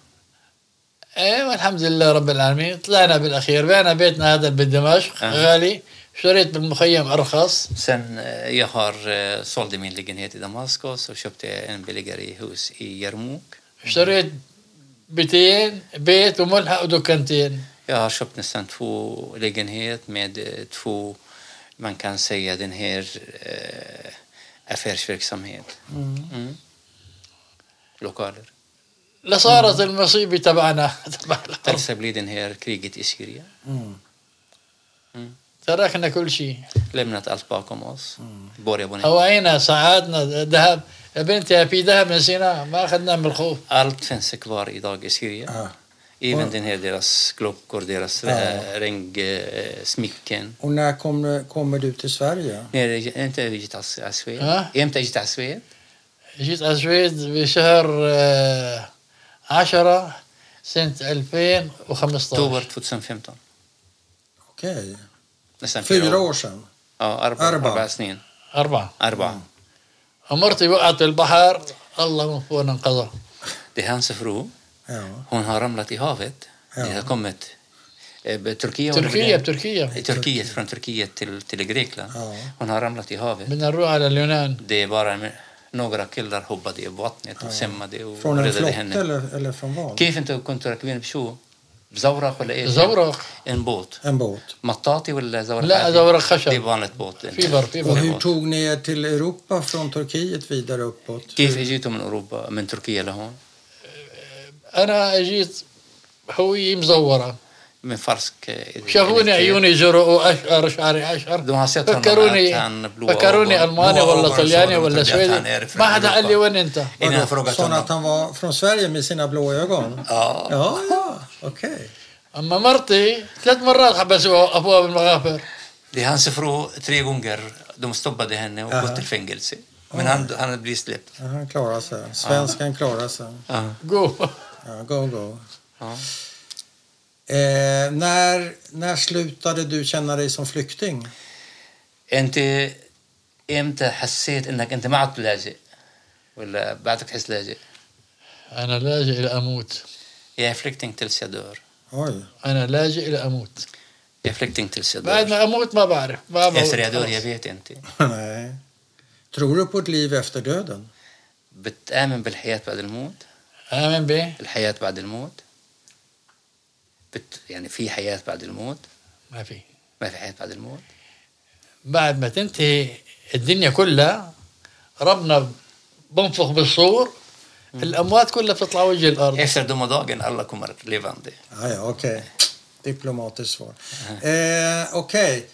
C: ايه والحمد لله رب العالمين طلعنا بالاخير بعنا بيتنا هذا بدمشق
B: آه.
C: غالي اشتريت بالمخيم ارخص
B: Sen eh, jag har eh, sålde min lägenhet i Damaskus och köpte en billigare hus i Jarmuk.
C: اشتريت بيتين بيت وملحق ودكانتين
B: Jag har köpt nästan två lägenhet med eh, två, man kan säga den här eh, affärsverksamhet. Mm. Lokaler.
C: لصارت المصيبه تبعنا تبع الحرب.
B: Sen blir den här kriget i Syrien.
A: Mm.
C: تركنا كل شيء
B: Lämnat allt bakom oss.
A: Mm.
B: Börja på nytt.
C: هوائنا ساعاتنا ذهب يا بنتي في ذهب نسيناه ما اخذناه من الخوف
B: Allt finns kvar idag i Syrien.
A: Ja.
B: Även
A: Och-
B: den här deras klockor, deras eh,
A: Ja.
B: ja. rängsmycken.
A: Och när kommer, kommer du till Sverige?
B: Nej, inte جيت على السويد
C: ها؟
B: امتى جيت على السويد؟
C: جيت على السويد بشهر آه، عشرة سنة 2015
B: اكتوبر 2015
A: Okej.
B: nästan
A: Fyra år sedan?
B: اه اربع
A: أربعة.
B: اربع سنين
C: أربعة
A: Mm.
B: اربعه
C: ومرتي وقعت بالبحر الله من فوق انقذها
B: Det är hans fru.
A: Ja.
B: Hon har ramlat i havet.
A: Ja.
B: Det har kommit eh, be- Turkiet.
C: تركيا
B: Turkiet.
C: بتركيا
B: Turkiet, från Turkiet till, till Grekland.
A: Ja.
B: Hon har ramlat i havet.
C: بدنا نروح على اليونان
B: Det är bara en- några killar hoppade i vattnet och simmade och
A: Från en
B: räddade
A: flotte
B: henne.
A: eller, eller från vad?
B: كيف انت كنت راكبين بشو؟ زورق ولا ايه؟
C: زورق
B: انبوط
A: En båt.
B: مطاطي ولا زورق
C: لا،
B: عادي؟
C: زورق خشب.
B: دي بانت بوت
C: فيبر- فيبر.
A: Och hur tog ni er till Europa från Turkiet vidare uppåt?
B: كيف اجيتوا من اوروبا من تركيا لهون؟
C: انا اجيت هوية مزورة
B: من فرسك إيه،
C: شافوني
B: إيه،
C: عيوني جرق واشقر شعري اشقر
B: دماسيتهم
C: فكروني
B: معناتها بلوة
C: فكروني
B: أوبر.
C: الماني
E: بلوة
C: ولا
E: أوبر
C: طلياني
E: صار
C: ولا
E: مترجع
C: سويدي
E: عن عارف
C: ما حدا
E: أوروبا.
C: قال لي وين انت؟
B: إيه،
E: Vadå,
B: نعم.
E: frågat
A: Sa han
E: honom?
A: att han var från Sverige med sina blå ögon?
B: اه
A: Ja, ja, okej.
C: اما مرتي ثلاث مرات حبسوا ابواب المغافر
B: Det han ser från tre gånger. De stoppade henne och gått till fängelse. Men han, han blir släppt.
A: Ja, Han klarar sig. Svenskan klarar sig.
B: Ja.
C: جوا
A: Ja, go, go.
B: Ja.
A: Eh, när, när slutade du känna dig som flykting?
B: انت امتى حسيت انك انت ما عاد لاجئ؟ ولا بعدك تحس لاجئ؟
C: انا لاجئ لاموت
B: يا فليكتنج تلسى دور
A: Oj.
C: انا لاجئ لاموت
B: يا فليكتنج تلسى
C: بعد
B: دور
C: ما اموت ما بعرف ما
B: يا
C: بعرف
B: سريادور يا بيت انت
A: Nej. Tror du på ett liv efter döden?
B: بتآمن بالحياة بعد الموت؟
C: امن به
B: الحياة بعد الموت؟ بت يعني في حياة بعد الموت؟
C: ما في
B: ما في حياة بعد الموت؟
C: بعد ما تنتهي الدنيا كلها ربنا بنفخ بالصور الاموات كلها بتطلع وجه الارض
B: Efter domedagen alla kommer levande.
A: Ah, ja, okej. Diplomatiskt svar. Eh, okej.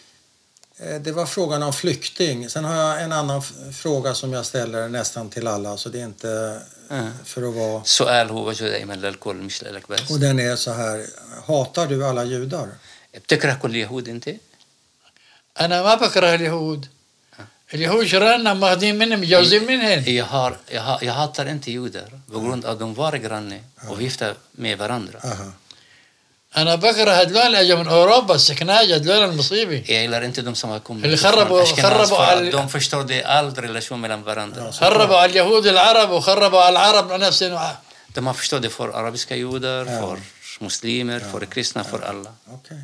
A: Eh, Det var frågan om flykting. Sen har jag en annan f- fråga som jag ställer nästan till alla, så det är inte eh,
C: آه.
A: för att vara...
B: السؤال هو وجه دائما للكل مش لك بس
A: Och den är så här. Hatar du alla judar?
B: بتكره كل يهود انت؟
C: انا ما بكره اليهود اليهود جيراننا ماخذين منهم
B: إيه،
C: مجوزين منهم
B: Jag, har, jag, har, jag hatar inte judar på grund av att de var granne
C: آه.
B: och gifta med varandra.
A: Aha.
C: انا بكره هدول اللي اجوا من اوروبا السكناج هدول المصيبه
B: Jag gillar inte de som har kommit
C: Eller خربوا-
B: från Ashkenaz
C: خربوا
B: för
C: ال- آه،
B: att de förstörde all relation mellan varandra.
C: خربوا على اليهود العرب وخربوا على العرب نفسهم
B: De har förstört det för arabiska judar,
C: آه.
B: för muslimer, för kristna, för alla.
A: Okej.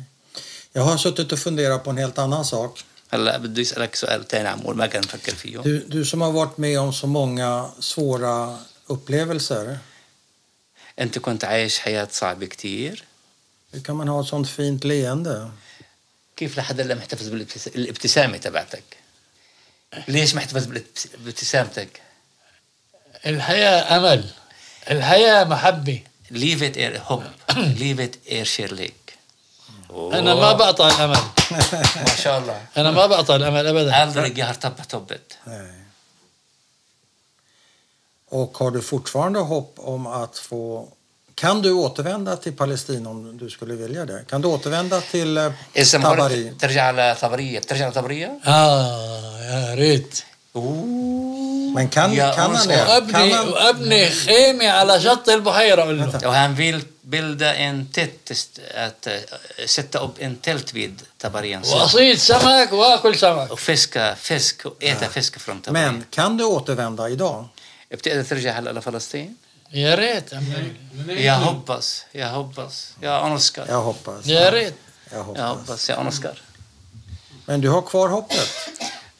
A: Jag har suttit och funderat på en helt annan sak.
B: هلا بدي اسالك سؤال ثاني عمور ما كان نفكر
C: آه.
B: فيه
A: Du, du som har varit med om så många svåra upplevelser.
B: انت كنت عايش حياه صعبه كتير
A: Hur kan man ha ett sånt fint leende?
B: كيف لحد هلا محتفظ بالابتسامه تبعتك
C: آه.
B: ليش محتفظ بالابتس- بابتسامتك
C: الحياه امل الحياه محبه
B: leave it er hopp leave it er kärlek
C: انا ما بقطع الامل
B: ما شاء الله
C: انا ما بقطع الامل ابدا
B: aldrig jag har tappat hoppet
A: Nej. Och har du fortfarande hopp om att få... Kan du återvända till Palestina om du skulle vilja det? Kan du återvända till eh,
B: اذا
A: Tabari?
B: مرت ترجع على طبريه بترجع لطبريه
C: اه يا ريت
B: اوه
A: Men kan,
B: Ja,
A: kan han
B: alltså,
A: det? Kan
C: وابني
A: han...
C: وابني خيمه على شط البحيره اقول له
B: Och han vill bilda en tält, att eh, sätta upp en tält vid Tabariens
C: واصيد سمك واكل سمك
B: och fiska fisk och äta fisk från Tabarien.
A: Men kan du återvända idag?
B: بتقدر ترجع هلا لفلسطين؟
C: يا ريت عمي.
B: يا هبص يا هبص يا اونسكار
A: Jag hoppas.
C: يا ريت
A: Jag
B: يا
A: hoppas.
B: هبص يا اونسكار
A: Mm. Men du har kvar hoppet?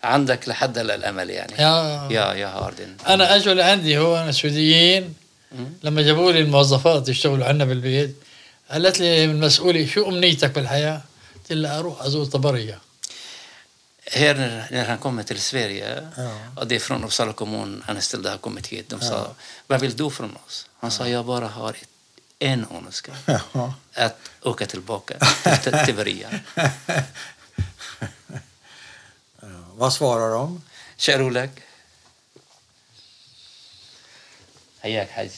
B: عندك لحد هلا الامل يعني
C: يا
B: يا يا هاردن
C: انا اجوا لعندي هون سوريين
B: مم.
C: لما جابوا لي الموظفات يشتغلوا عندنا بالبيت قالت لي المسؤوله شو امنيتك بالحياه؟ قلت لها اروح ازور طبريه
B: Här när, när han kommer till Sverige,
A: Ja.
B: och det är från Uppsala kommun, han är ställd har kommit hit. De sa, vad vill du från oss? Han sa, jag bara har ett, en önskan.
A: Ja.
B: Att åka tillbaka till- till Tiberia.
A: Vad svarar de?
B: شعروا لك حياك حج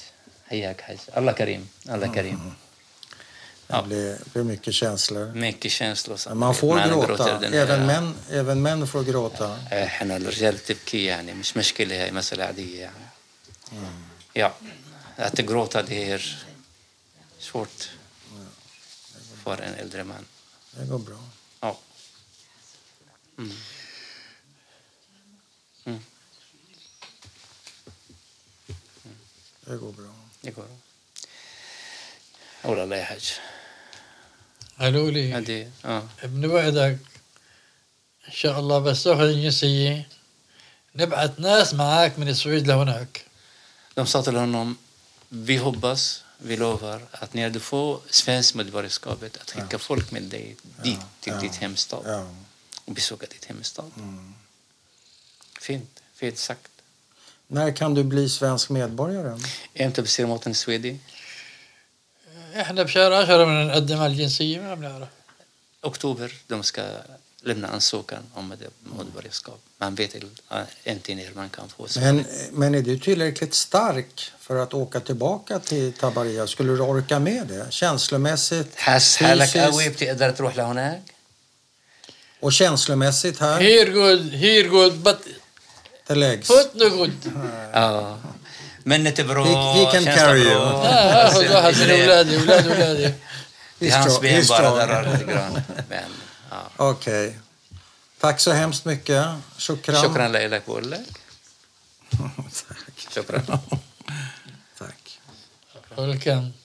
B: حياك حج الله كريم الله كريم
A: Det
B: Ja.
A: blir, blir mycket känslor.
B: mycket känslosamt
A: Men man får
B: Man
A: gråta.
B: gråter den här-
A: Även män, även män får gråta.
B: احنا آه، الرجال تبكي يعني مش مشكله هاي مساله عاديه يعني يا att gråta det är svårt för en äldre man
A: Det går bra.
B: ja Mm.
A: Det går bra.
B: det går اقول الله يا Oh, حاج
C: قالوا لي
B: هذه اه
C: ابن وعدك ان شاء الله بس تاخذ الجنسيه نبعث ناس معاك من السويد لهناك
B: De sa till honom, vi hoppas vi lovar att när du får svenskt medborgarskapet att skicka folk med dig dit, till ditt hemstad
A: Ja. mm.
B: och besöka ditt hemstad. Fint, fint sagt.
A: När kan du bli svensk medborgare?
B: أنت بتصير مواطن سويدي
C: احنا بشهر 10 بدنا نقدم على الجنسيه ما بنعرف
B: أكتوبر de ska lämna ansökan om med- medborgarskap. Man vet eh, inte när man kan få svenskt.
A: Men, men är du tillräckligt stark för att åka tillbaka till Tabaria? Skulle du orka med det? Känslomässigt
B: حاسس حالك
A: فيزيس-
B: قوي بتقدر تروح لهناك؟
A: och känslomässigt här
C: هير جود هير جود بت
A: till läggs?
C: فوت جود
B: اه منة برو
A: He- he can
B: شانس
A: carry
B: برو.
A: you.
B: Ah,
C: اخذ آه، واحد من اولادي اولاد اولادي
B: Det är
A: He's
B: hans
A: strong- he's
B: ben bara
A: strong.
B: där rör lite grann. Men,
A: Ah,
B: ja.
A: Okej. Tack så hemskt mycket. Shukran.
B: Shukran Leila Kullak.
A: Tack.
B: Shukran.
A: Tack.
C: ولكن